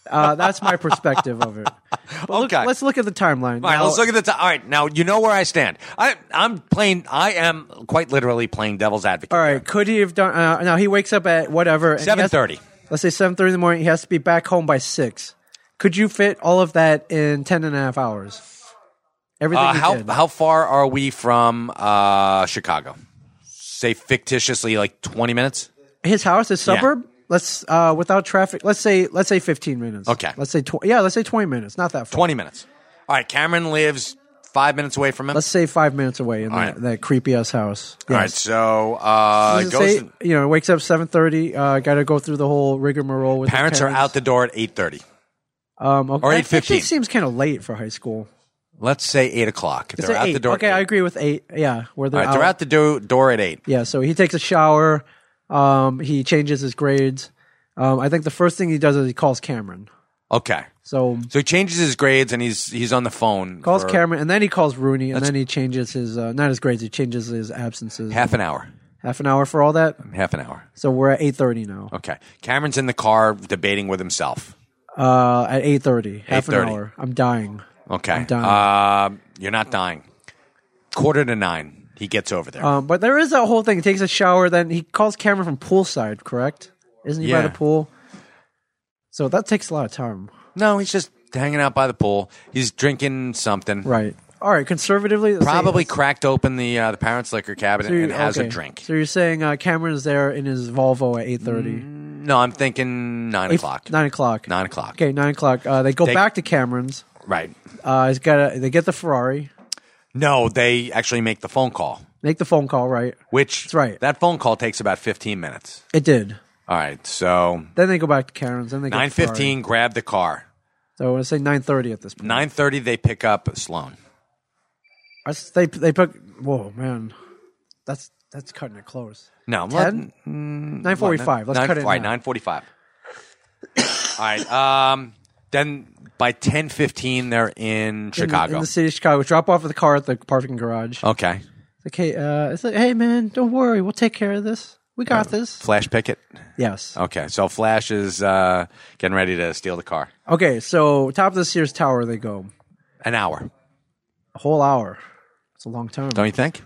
Uh, that's my perspective of it. But look-
Okay.
let's look at the timeline.
All right,
Now-
let's look at the. T- all right, now you know where I stand. I I'm playing. I am quite literally playing devil's advocate.
all right, could he have done? Uh, now he wakes up at whatever and he has-
7:30.
Let's say seven thirty in the morning. He has to be back home by six. Could you fit all of that in ten and a half hours? Everything
Uh,
he
how
did.
how far are we from uh, Chicago? Say fictitiously, like twenty minutes.
his house, his suburb. Let's uh, without traffic. Let's say let's say fifteen minutes.
Okay.
Let's say tw- yeah. Let's say twenty minutes. Not that far.
Twenty minutes. All right, Cameron lives five minutes away from him.
Let's say five minutes away in that,
right.
that creepy ass house.
all right, so uh,
Let's
goes-
say, you know, wakes up seven thirty. Uh, Got to go through the whole rigmarole with
parents
the
are out the door at eight thirty.
Um, okay.
or
That actually
8:15.
seems kind of late for high school.
Let's say eight o'clock.
Let's
They're
say
out
eight.
the door. at
okay, I
eight.
agree with eight. Yeah, where
All
they're,
right, they're
out.
out the do- door at eight.
Yeah, so he takes a shower. Um, he changes his grades. Um, I think the first thing he does is he calls Cameron.
Okay,
So
so he changes his grades and he's he's on the phone.
calls
for
Cameron, and then he calls Rooney, and then he changes his uh, not his grades. He changes his absences.
half an hour.
half an hour for all that.
Half an hour.
So we're at eight thirty now.
Okay. Cameron's in the car debating with himself.
Uh, at eight thirty, half an
8:30.
hour. I'm dying.
Okay.
dying.
Uh, you're not dying. Quarter to nine. He gets over there.
Um, but there is that whole thing. He takes a shower, then he calls Cameron from poolside. Correct? Isn't he
Yeah.
by the pool? So that takes a lot of time,
no, he's just hanging out by the pool. He's drinking something.
right? All right, conservatively, let's say
Probably
that's-
cracked open the uh, the parents' liquor cabinet
so you-
and has
okay.
a drink.
So you're saying uh, Cameron's there in his Volvo at eight thirty,
No, I'm thinking Mm, nine o'clock.
nine o'clock.
Nine o'clock.
Okay, nine o'clock. Uh, they go
They-
back to Cameron's.
Right.
Uh, he's got. They get the Ferrari.
No, they actually make the phone call,
Make the phone call. Right.
which
That's right.
That phone call takes about fifteen minutes.
It did.
All right, so
Then they go back to Cameron's. Then they get the
nine
Ferrari.
fifteen, grab the car.
So I want to say nine thirty at this point.
Nine thirty, they pick up Sloan.
I s- they they put. Whoa, man, that's that's cutting it close.
No,
Ten? Nine forty five. Let's cut it. in half.
Mm, nine forty-five. All right. Um. Then by ten fifteen, they're in
In-
Chicago.
in the city of Chicago. Drop off of the car at the parking garage.
okay.
It's like, hey, uh, it's like, hey, man, don't worry, we'll take care of this. We got this.
Flash Pickett.
Yes.
Okay. So Flash is uh, getting ready to steal the car.
Okay, so top of the Sears Tower they go.
An hour,
A whole hour. It's a long time.
don't you think?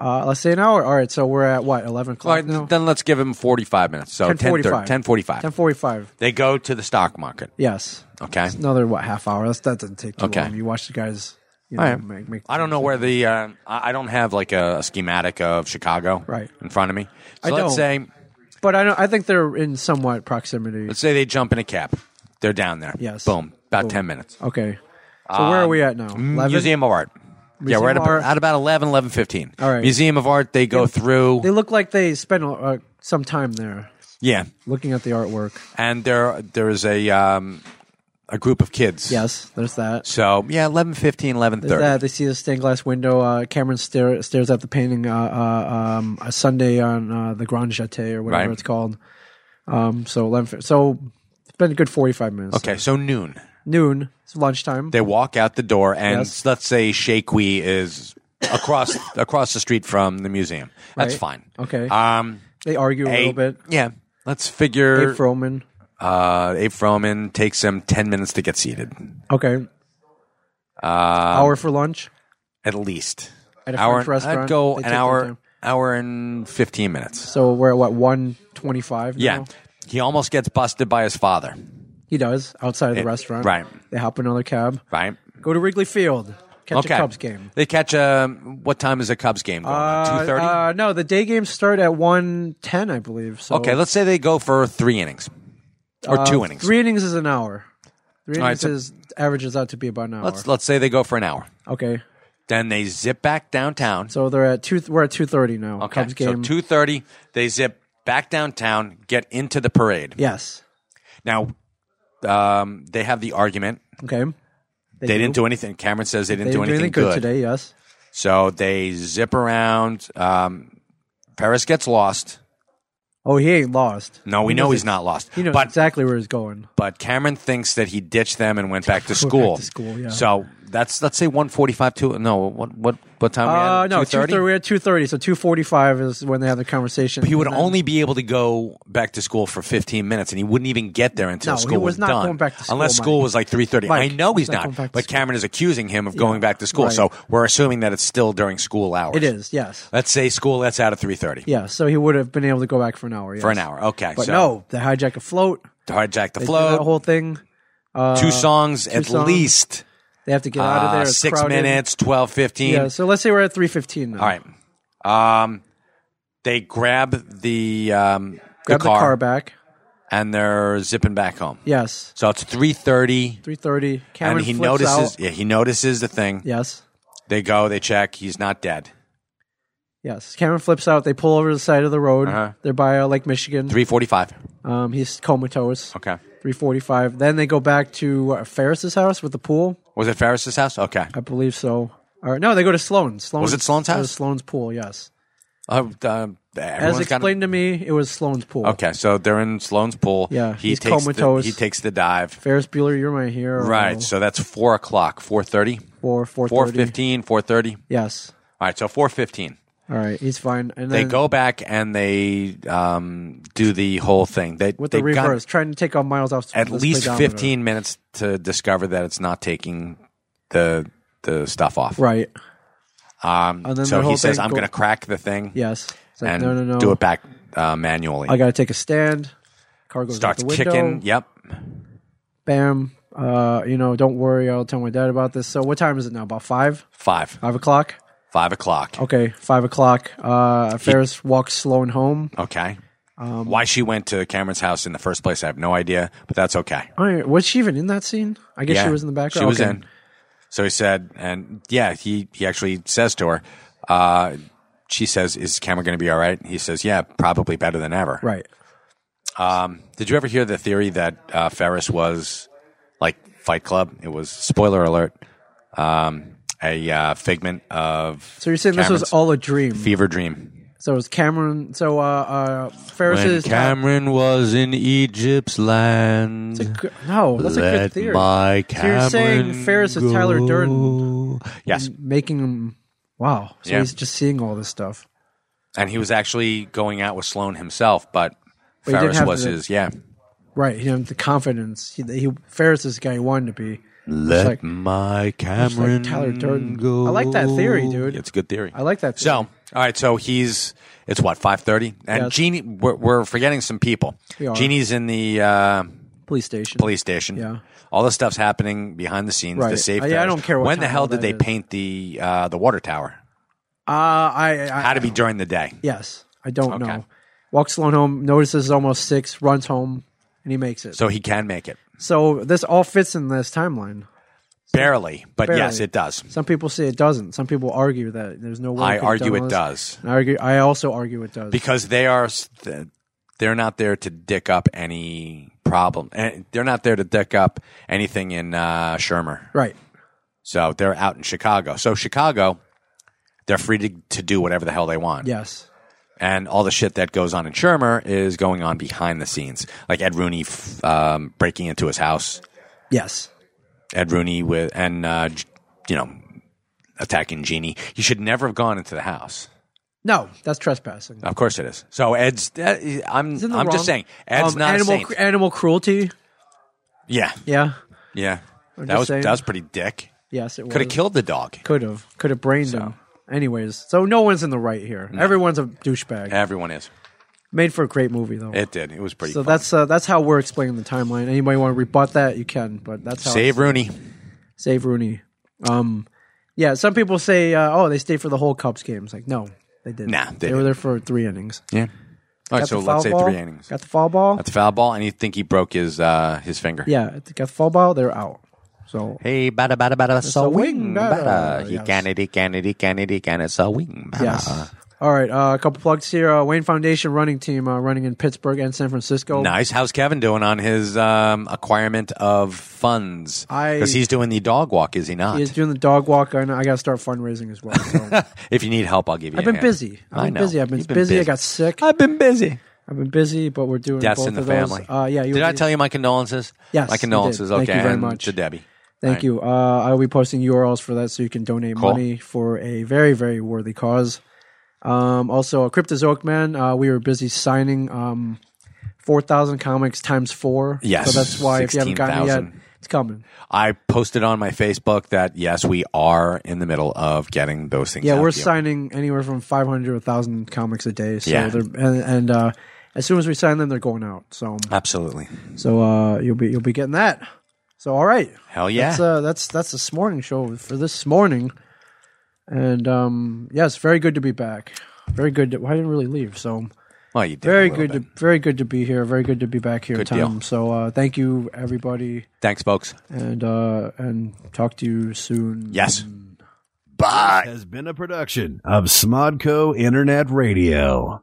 Uh, let's say an hour. All right, so we're at what eleven
All
o'clock
right.
now.
Then let's give him forty-five minutes. So
10:45.
10 45.
Ten forty five.
They go to the stock market.
Yes.
Okay.
Another what half hour? That's, that doesn't take too
Okay.
long. You watch the guys. You know,
All right.
make, make,
I don't know where the uh, I I don't have like a, schematic of Chicago
Right.
in front of me. So
I
let's
don't.
say
but I don't, I think they're in somewhat proximity.
let's say they jump in a cab. They're down there.
Yes.
Boom. About
Boom.
ten minutes.
Okay. So where are we at now? Eleven.
Mm, Museum of Art. yeah, we're
Museum of
at, about,
Art.
at about 11, 11, 15.
All right.
Museum of Art, they go through.
They look like they spent uh, some time there
yeah.
looking at the artwork.
And there there is a um, a group of kids.
Yes, there's that.
So, yeah, 11, 15, 11,
There's that. They see the stained glass window. Uh, Cameron stare, stares at the painting uh, uh, um, a Sunday on uh, the Grand Jeté or whatever
Right.
it's called. Um, so 11, so it's been a good 45 minutes.
Okay, so noon.
Noon, it's lunchtime.
They walk out the door, and
Yes.
let's say Shakewee is across across the street from the museum. That's
Right.
fine.
Okay.
Um,
they argue a little
Abe-
bit.
Yeah. Let's figure
Abe Froman.
uh, Abe Froman takes him 10 minutes to get seated,
Okay.
Um,
Hour for lunch.
at least.
At a
hour,
French restaurant,
I'd go
they
an
take their
hour,
time.
hour and 15 minutes.
So we're at what, 125
Yeah.
now?
He almost gets busted by his father,
He does, outside of the restaurant.
right.
They hop in another cab.
right?
Go to Wrigley Field. Catch a Cubs game.
They catch a. What time is a Cubs game going?
Uh,
Two thirty.
Uh, no, the day games start at one ten, I believe. So
okay, let's say they go for three innings or two innings.
uh, Three innings is an hour. Three
right,
innings
so-
is, averages out to be about an hour.
Let's let's say they go for an hour.
okay,
Then they zip back downtown.
so they're at two. We're at two thirty now.
okay,
Cubs game.
so two thirty. They zip back downtown, get into the parade.
yes.
Now, um, they have the argument.
Okay.
They, didn't do anything. Cameron says they didn't,
They
do anything good.
today. Yes.
So they zip around. Um, Ferris gets lost.
Oh, he ain't lost.
No, we
He
know
knows
he's
it-
not lost.
He knows
but
exactly where he's going.
but Cameron thinks that he ditched them and went back to
Went back
school.
to school, yeah.
So that's let's say one forty-five. Two. No, what what what time? we
Uh,
at?
no, two
2:30?
thirty. We're at two thirty, so two forty-five is when they have the conversation.
He would
And then-
only be able to go back to school for fifteen minutes, and he wouldn't even get there until
No, he
school
was not
done.
going back to school,
unless school
Mike.
was like three thirty. I
Mike,
know
he's
he's
not
not,
going back to
but
school.
Cameron is accusing him of going back to school.
right.
So we're assuming that it's still during school hours.
It is. Yes.
Let's say school lets out at three thirty
Yeah. So he would have been able to go back for an hour. Yes.
for an hour. Okay,
But
so
no, they hijack a float.
to hijack the
They do that
flow.
whole thing.
Two songs at
songs.
least.
They have to get out of there.
Uh,
It's
six
crowded.
minutes, twelve fifteen.
Yeah, so let's say we're at three fifteen now.
All right. Um, they grab the um,
grab
the car,
the car back.
and they're zipping back home.
Yes,
So it's three thirty,
three thirty. Cameron
and he
flips
notices.
out.
Yeah, he notices the thing.
Yes,
They go. They check. He's not dead.
yes. Cameron flips out. They pull over to the side of the road.
Uh-huh.
They're by uh, Lake Michigan.
Three forty-five.
Um, he's comatose.
Okay.
Three forty-five. Then they go back to uh, Ferris's house with the pool.
Was it Ferris's house? Okay.
I believe so. Or no, they go to Sloan's. Sloan's
Was it Sloan's house?
uh, Sloan's pool. Yes.
Uh, uh,
As
everyone's got a-
explained to me, it was Sloan's pool.
okay, so they're in Sloan's pool.
Yeah,
he
he's
takes
comatose.
The, he takes the dive.
Ferris Bueller, you're my hero.
Right. So that's four o'clock. Four thirty.
Four,
Four fifteen. Four thirty.
Yes.
All right. So four fifteen.
All right, he's fine. And
They
then
go back and they um, do the whole thing. They,
with the
they've got
reverse, trying to take off miles off
at
the
least
speedometer.
15 minutes to discover that it's not taking the the stuff off.
Right.
Um,
And then
so
the
he
whole
says,
thing
"I'm
go-
going to crack the thing
Yes. It's like,
and
no, no, no.
do it back uh, manually."
I got to take a stand. Car goes out
Starts
the window.
kicking. Yep.
Bam. Uh, you know, don't worry. I'll tell my dad about this. So, what time is it now? About five,
Five.
five o'clock.
Five o'clock.
Okay, five o'clock. Uh, Ferris walks Sloan home.
Okay.
Um,
Why she went to Cameron's house in the first place, I have no idea, but that's okay.
All right, Oh, was she even in that scene? I guess she was in the background.
She was
Okay.
in. So he said, and yeah, he, he actually says to her, uh, she says, Is Cameron going to be all right? He says, Yeah, probably better than ever.
Right.
Um, did you ever hear the theory that uh, Ferris was like Fight Club? It was, spoiler alert, um, a uh, figment of.
So you're saying this was
Cameron's
all a dream?
Fever dream.
So it was Cameron. So uh, uh, Ferris is
was in Egypt's land.
no, that's a good theory. so you're saying Ferris is Tyler Durden
Yes.
making him? Wow. So
Yeah.
he's just seeing all this stuff.
And he was actually going out with Sloan himself, but,
But he didn't
Ferris
have
was
the-
his, yeah.
Right. You know, the confidence. He, he Ferris is the guy he wanted to be.
Let
like-
my
like
Cameron
Tyler Durden. I like that theory, dude.
It's a good theory.
I like that.
So, all right, so he's it's what five thirty, and
Yes.
Jeannie. We're, we're forgetting some people.
We are.
Jeannie's in the uh,
police station.
police station.
Yeah.
all this stuff's happening behind the scenes. The
Right.
safe.
I- I
house.
don't care what
when the
time
hell
all
did
that
they
is.
paint the uh, the water tower?
Uh, I, I
Had to be during the day.
Yes, I don't
Okay.
know. Walks alone home, notices it's almost six, runs home, and he makes it. So,
So he can make it
this all fits in this timeline.
barely, but
Barely.
yes, it does.
Some people say it doesn't. Some people argue that there's no way.
I
could've
argue
done
it
all this.
does.
And I argue. I also argue it does.
because they are s- th- they're not there to dick up any problem. Eh, They're not there to dick up anything in uh, Shermer.
right.
So they're out in Chicago. So Chicago, they're free to, to do whatever the hell they want.
Yes.
And all the shit that goes on in Shermer is going on behind the scenes, like Ed Rooney f- um, breaking into his house.
Yes.
Ed Rooney with and uh, J- you know attacking Jeannie. You should never have gone into the house.
No, that's trespassing.
Of course it is. So Ed's. eh, I'm.
Isn't that
I'm
wrong?
just saying. Ed's
Um,
not
animal
a saint.
cr- animal cruelty.
yeah.
Yeah.
Yeah. that
just
was
saying. Uh,
that was pretty dick.
Yes, it
Could have
was.
killed the dog.
Could have. Could have brained him. Anyways, so no one's in the right here. Everyone's a douchebag.
Everyone is.
Made for a great movie though.
It did. It was pretty.
So
fun.
that's uh, that's how we're explaining the timeline. Anybody want to rebut that? You can, but that's how it's-
save Rooney.
save Rooney. Um, yeah, some people say, uh, oh, they stayed for the whole Cubs game. It's like no, they didn't.
Nah,
they,
they
were
didn't.
there for three innings.
Yeah. All right.
Got
So
the foul
let's say
ball,
three innings.
Got the foul ball.
That's a foul ball, and you think he broke his uh his finger?
yeah, got the foul ball. They're out. So
Hey, bada bada bada, it's
a
a
wing,
wing,
bada.
bada. You
Yes.
can it, you can it, you can it, you can it, it's a wing, bada.
yes. All right, uh, a couple plugs here. Uh, Wayne Foundation running team uh, running in Pittsburgh and San Francisco.
Oh. Nice. How's Kevin doing on his um, acquirement of funds?
I-
Because he's doing the dog walk, is he not?
He's doing the dog walk. I know I got to start fundraising as well. So.
if you need help, I'll give you.
I've
a
been
hand.
busy. I've
I
been
know.
busy. I've been,
You've
busy. I
busy.
got sick.
I've been busy.
I've been busy, but we're doing
Deaths
both
in the
of those.
family.
Uh, yeah. you-
Did I tell you my condolences?
Yes,
my
you
condolences.
did. Thank
Okay,
you very
and
much.
to Debbie.
Thank you. Uh, I'll be posting URLs for that, so you can donate
Cool.
money for a very, very worthy cause. Um, also, a Cryptozoic Man. Uh, we were busy signing um, four thousand comics times four.
Yes,
so that's why if you haven't gotten it yet,
16,000.
it's coming.
I posted on my Facebook that yes, we are in the middle of getting those things.
Yeah,
out
we're
to you.
signing anywhere from five hundred to thousand comics a day. So
Yeah.
they're and, and uh, as soon as we sign them, they're going out. So
Absolutely.
so uh, you'll be you'll be getting that. So all right.
Hell yeah.
That's uh, that's that's this morning show for this morning, and um, yes, very good to be back. Very good. To, well, I didn't really leave, so
well, you did a
very
little
good. To,
bit.
very good to be here. Very good to be back here,
Good
Tom.
deal.
So uh, thank you, everybody,
Thanks, folks.
and uh, and talk to you soon.
Yes.
Mm.
Bye.
has been a production of Smodco Internet Radio.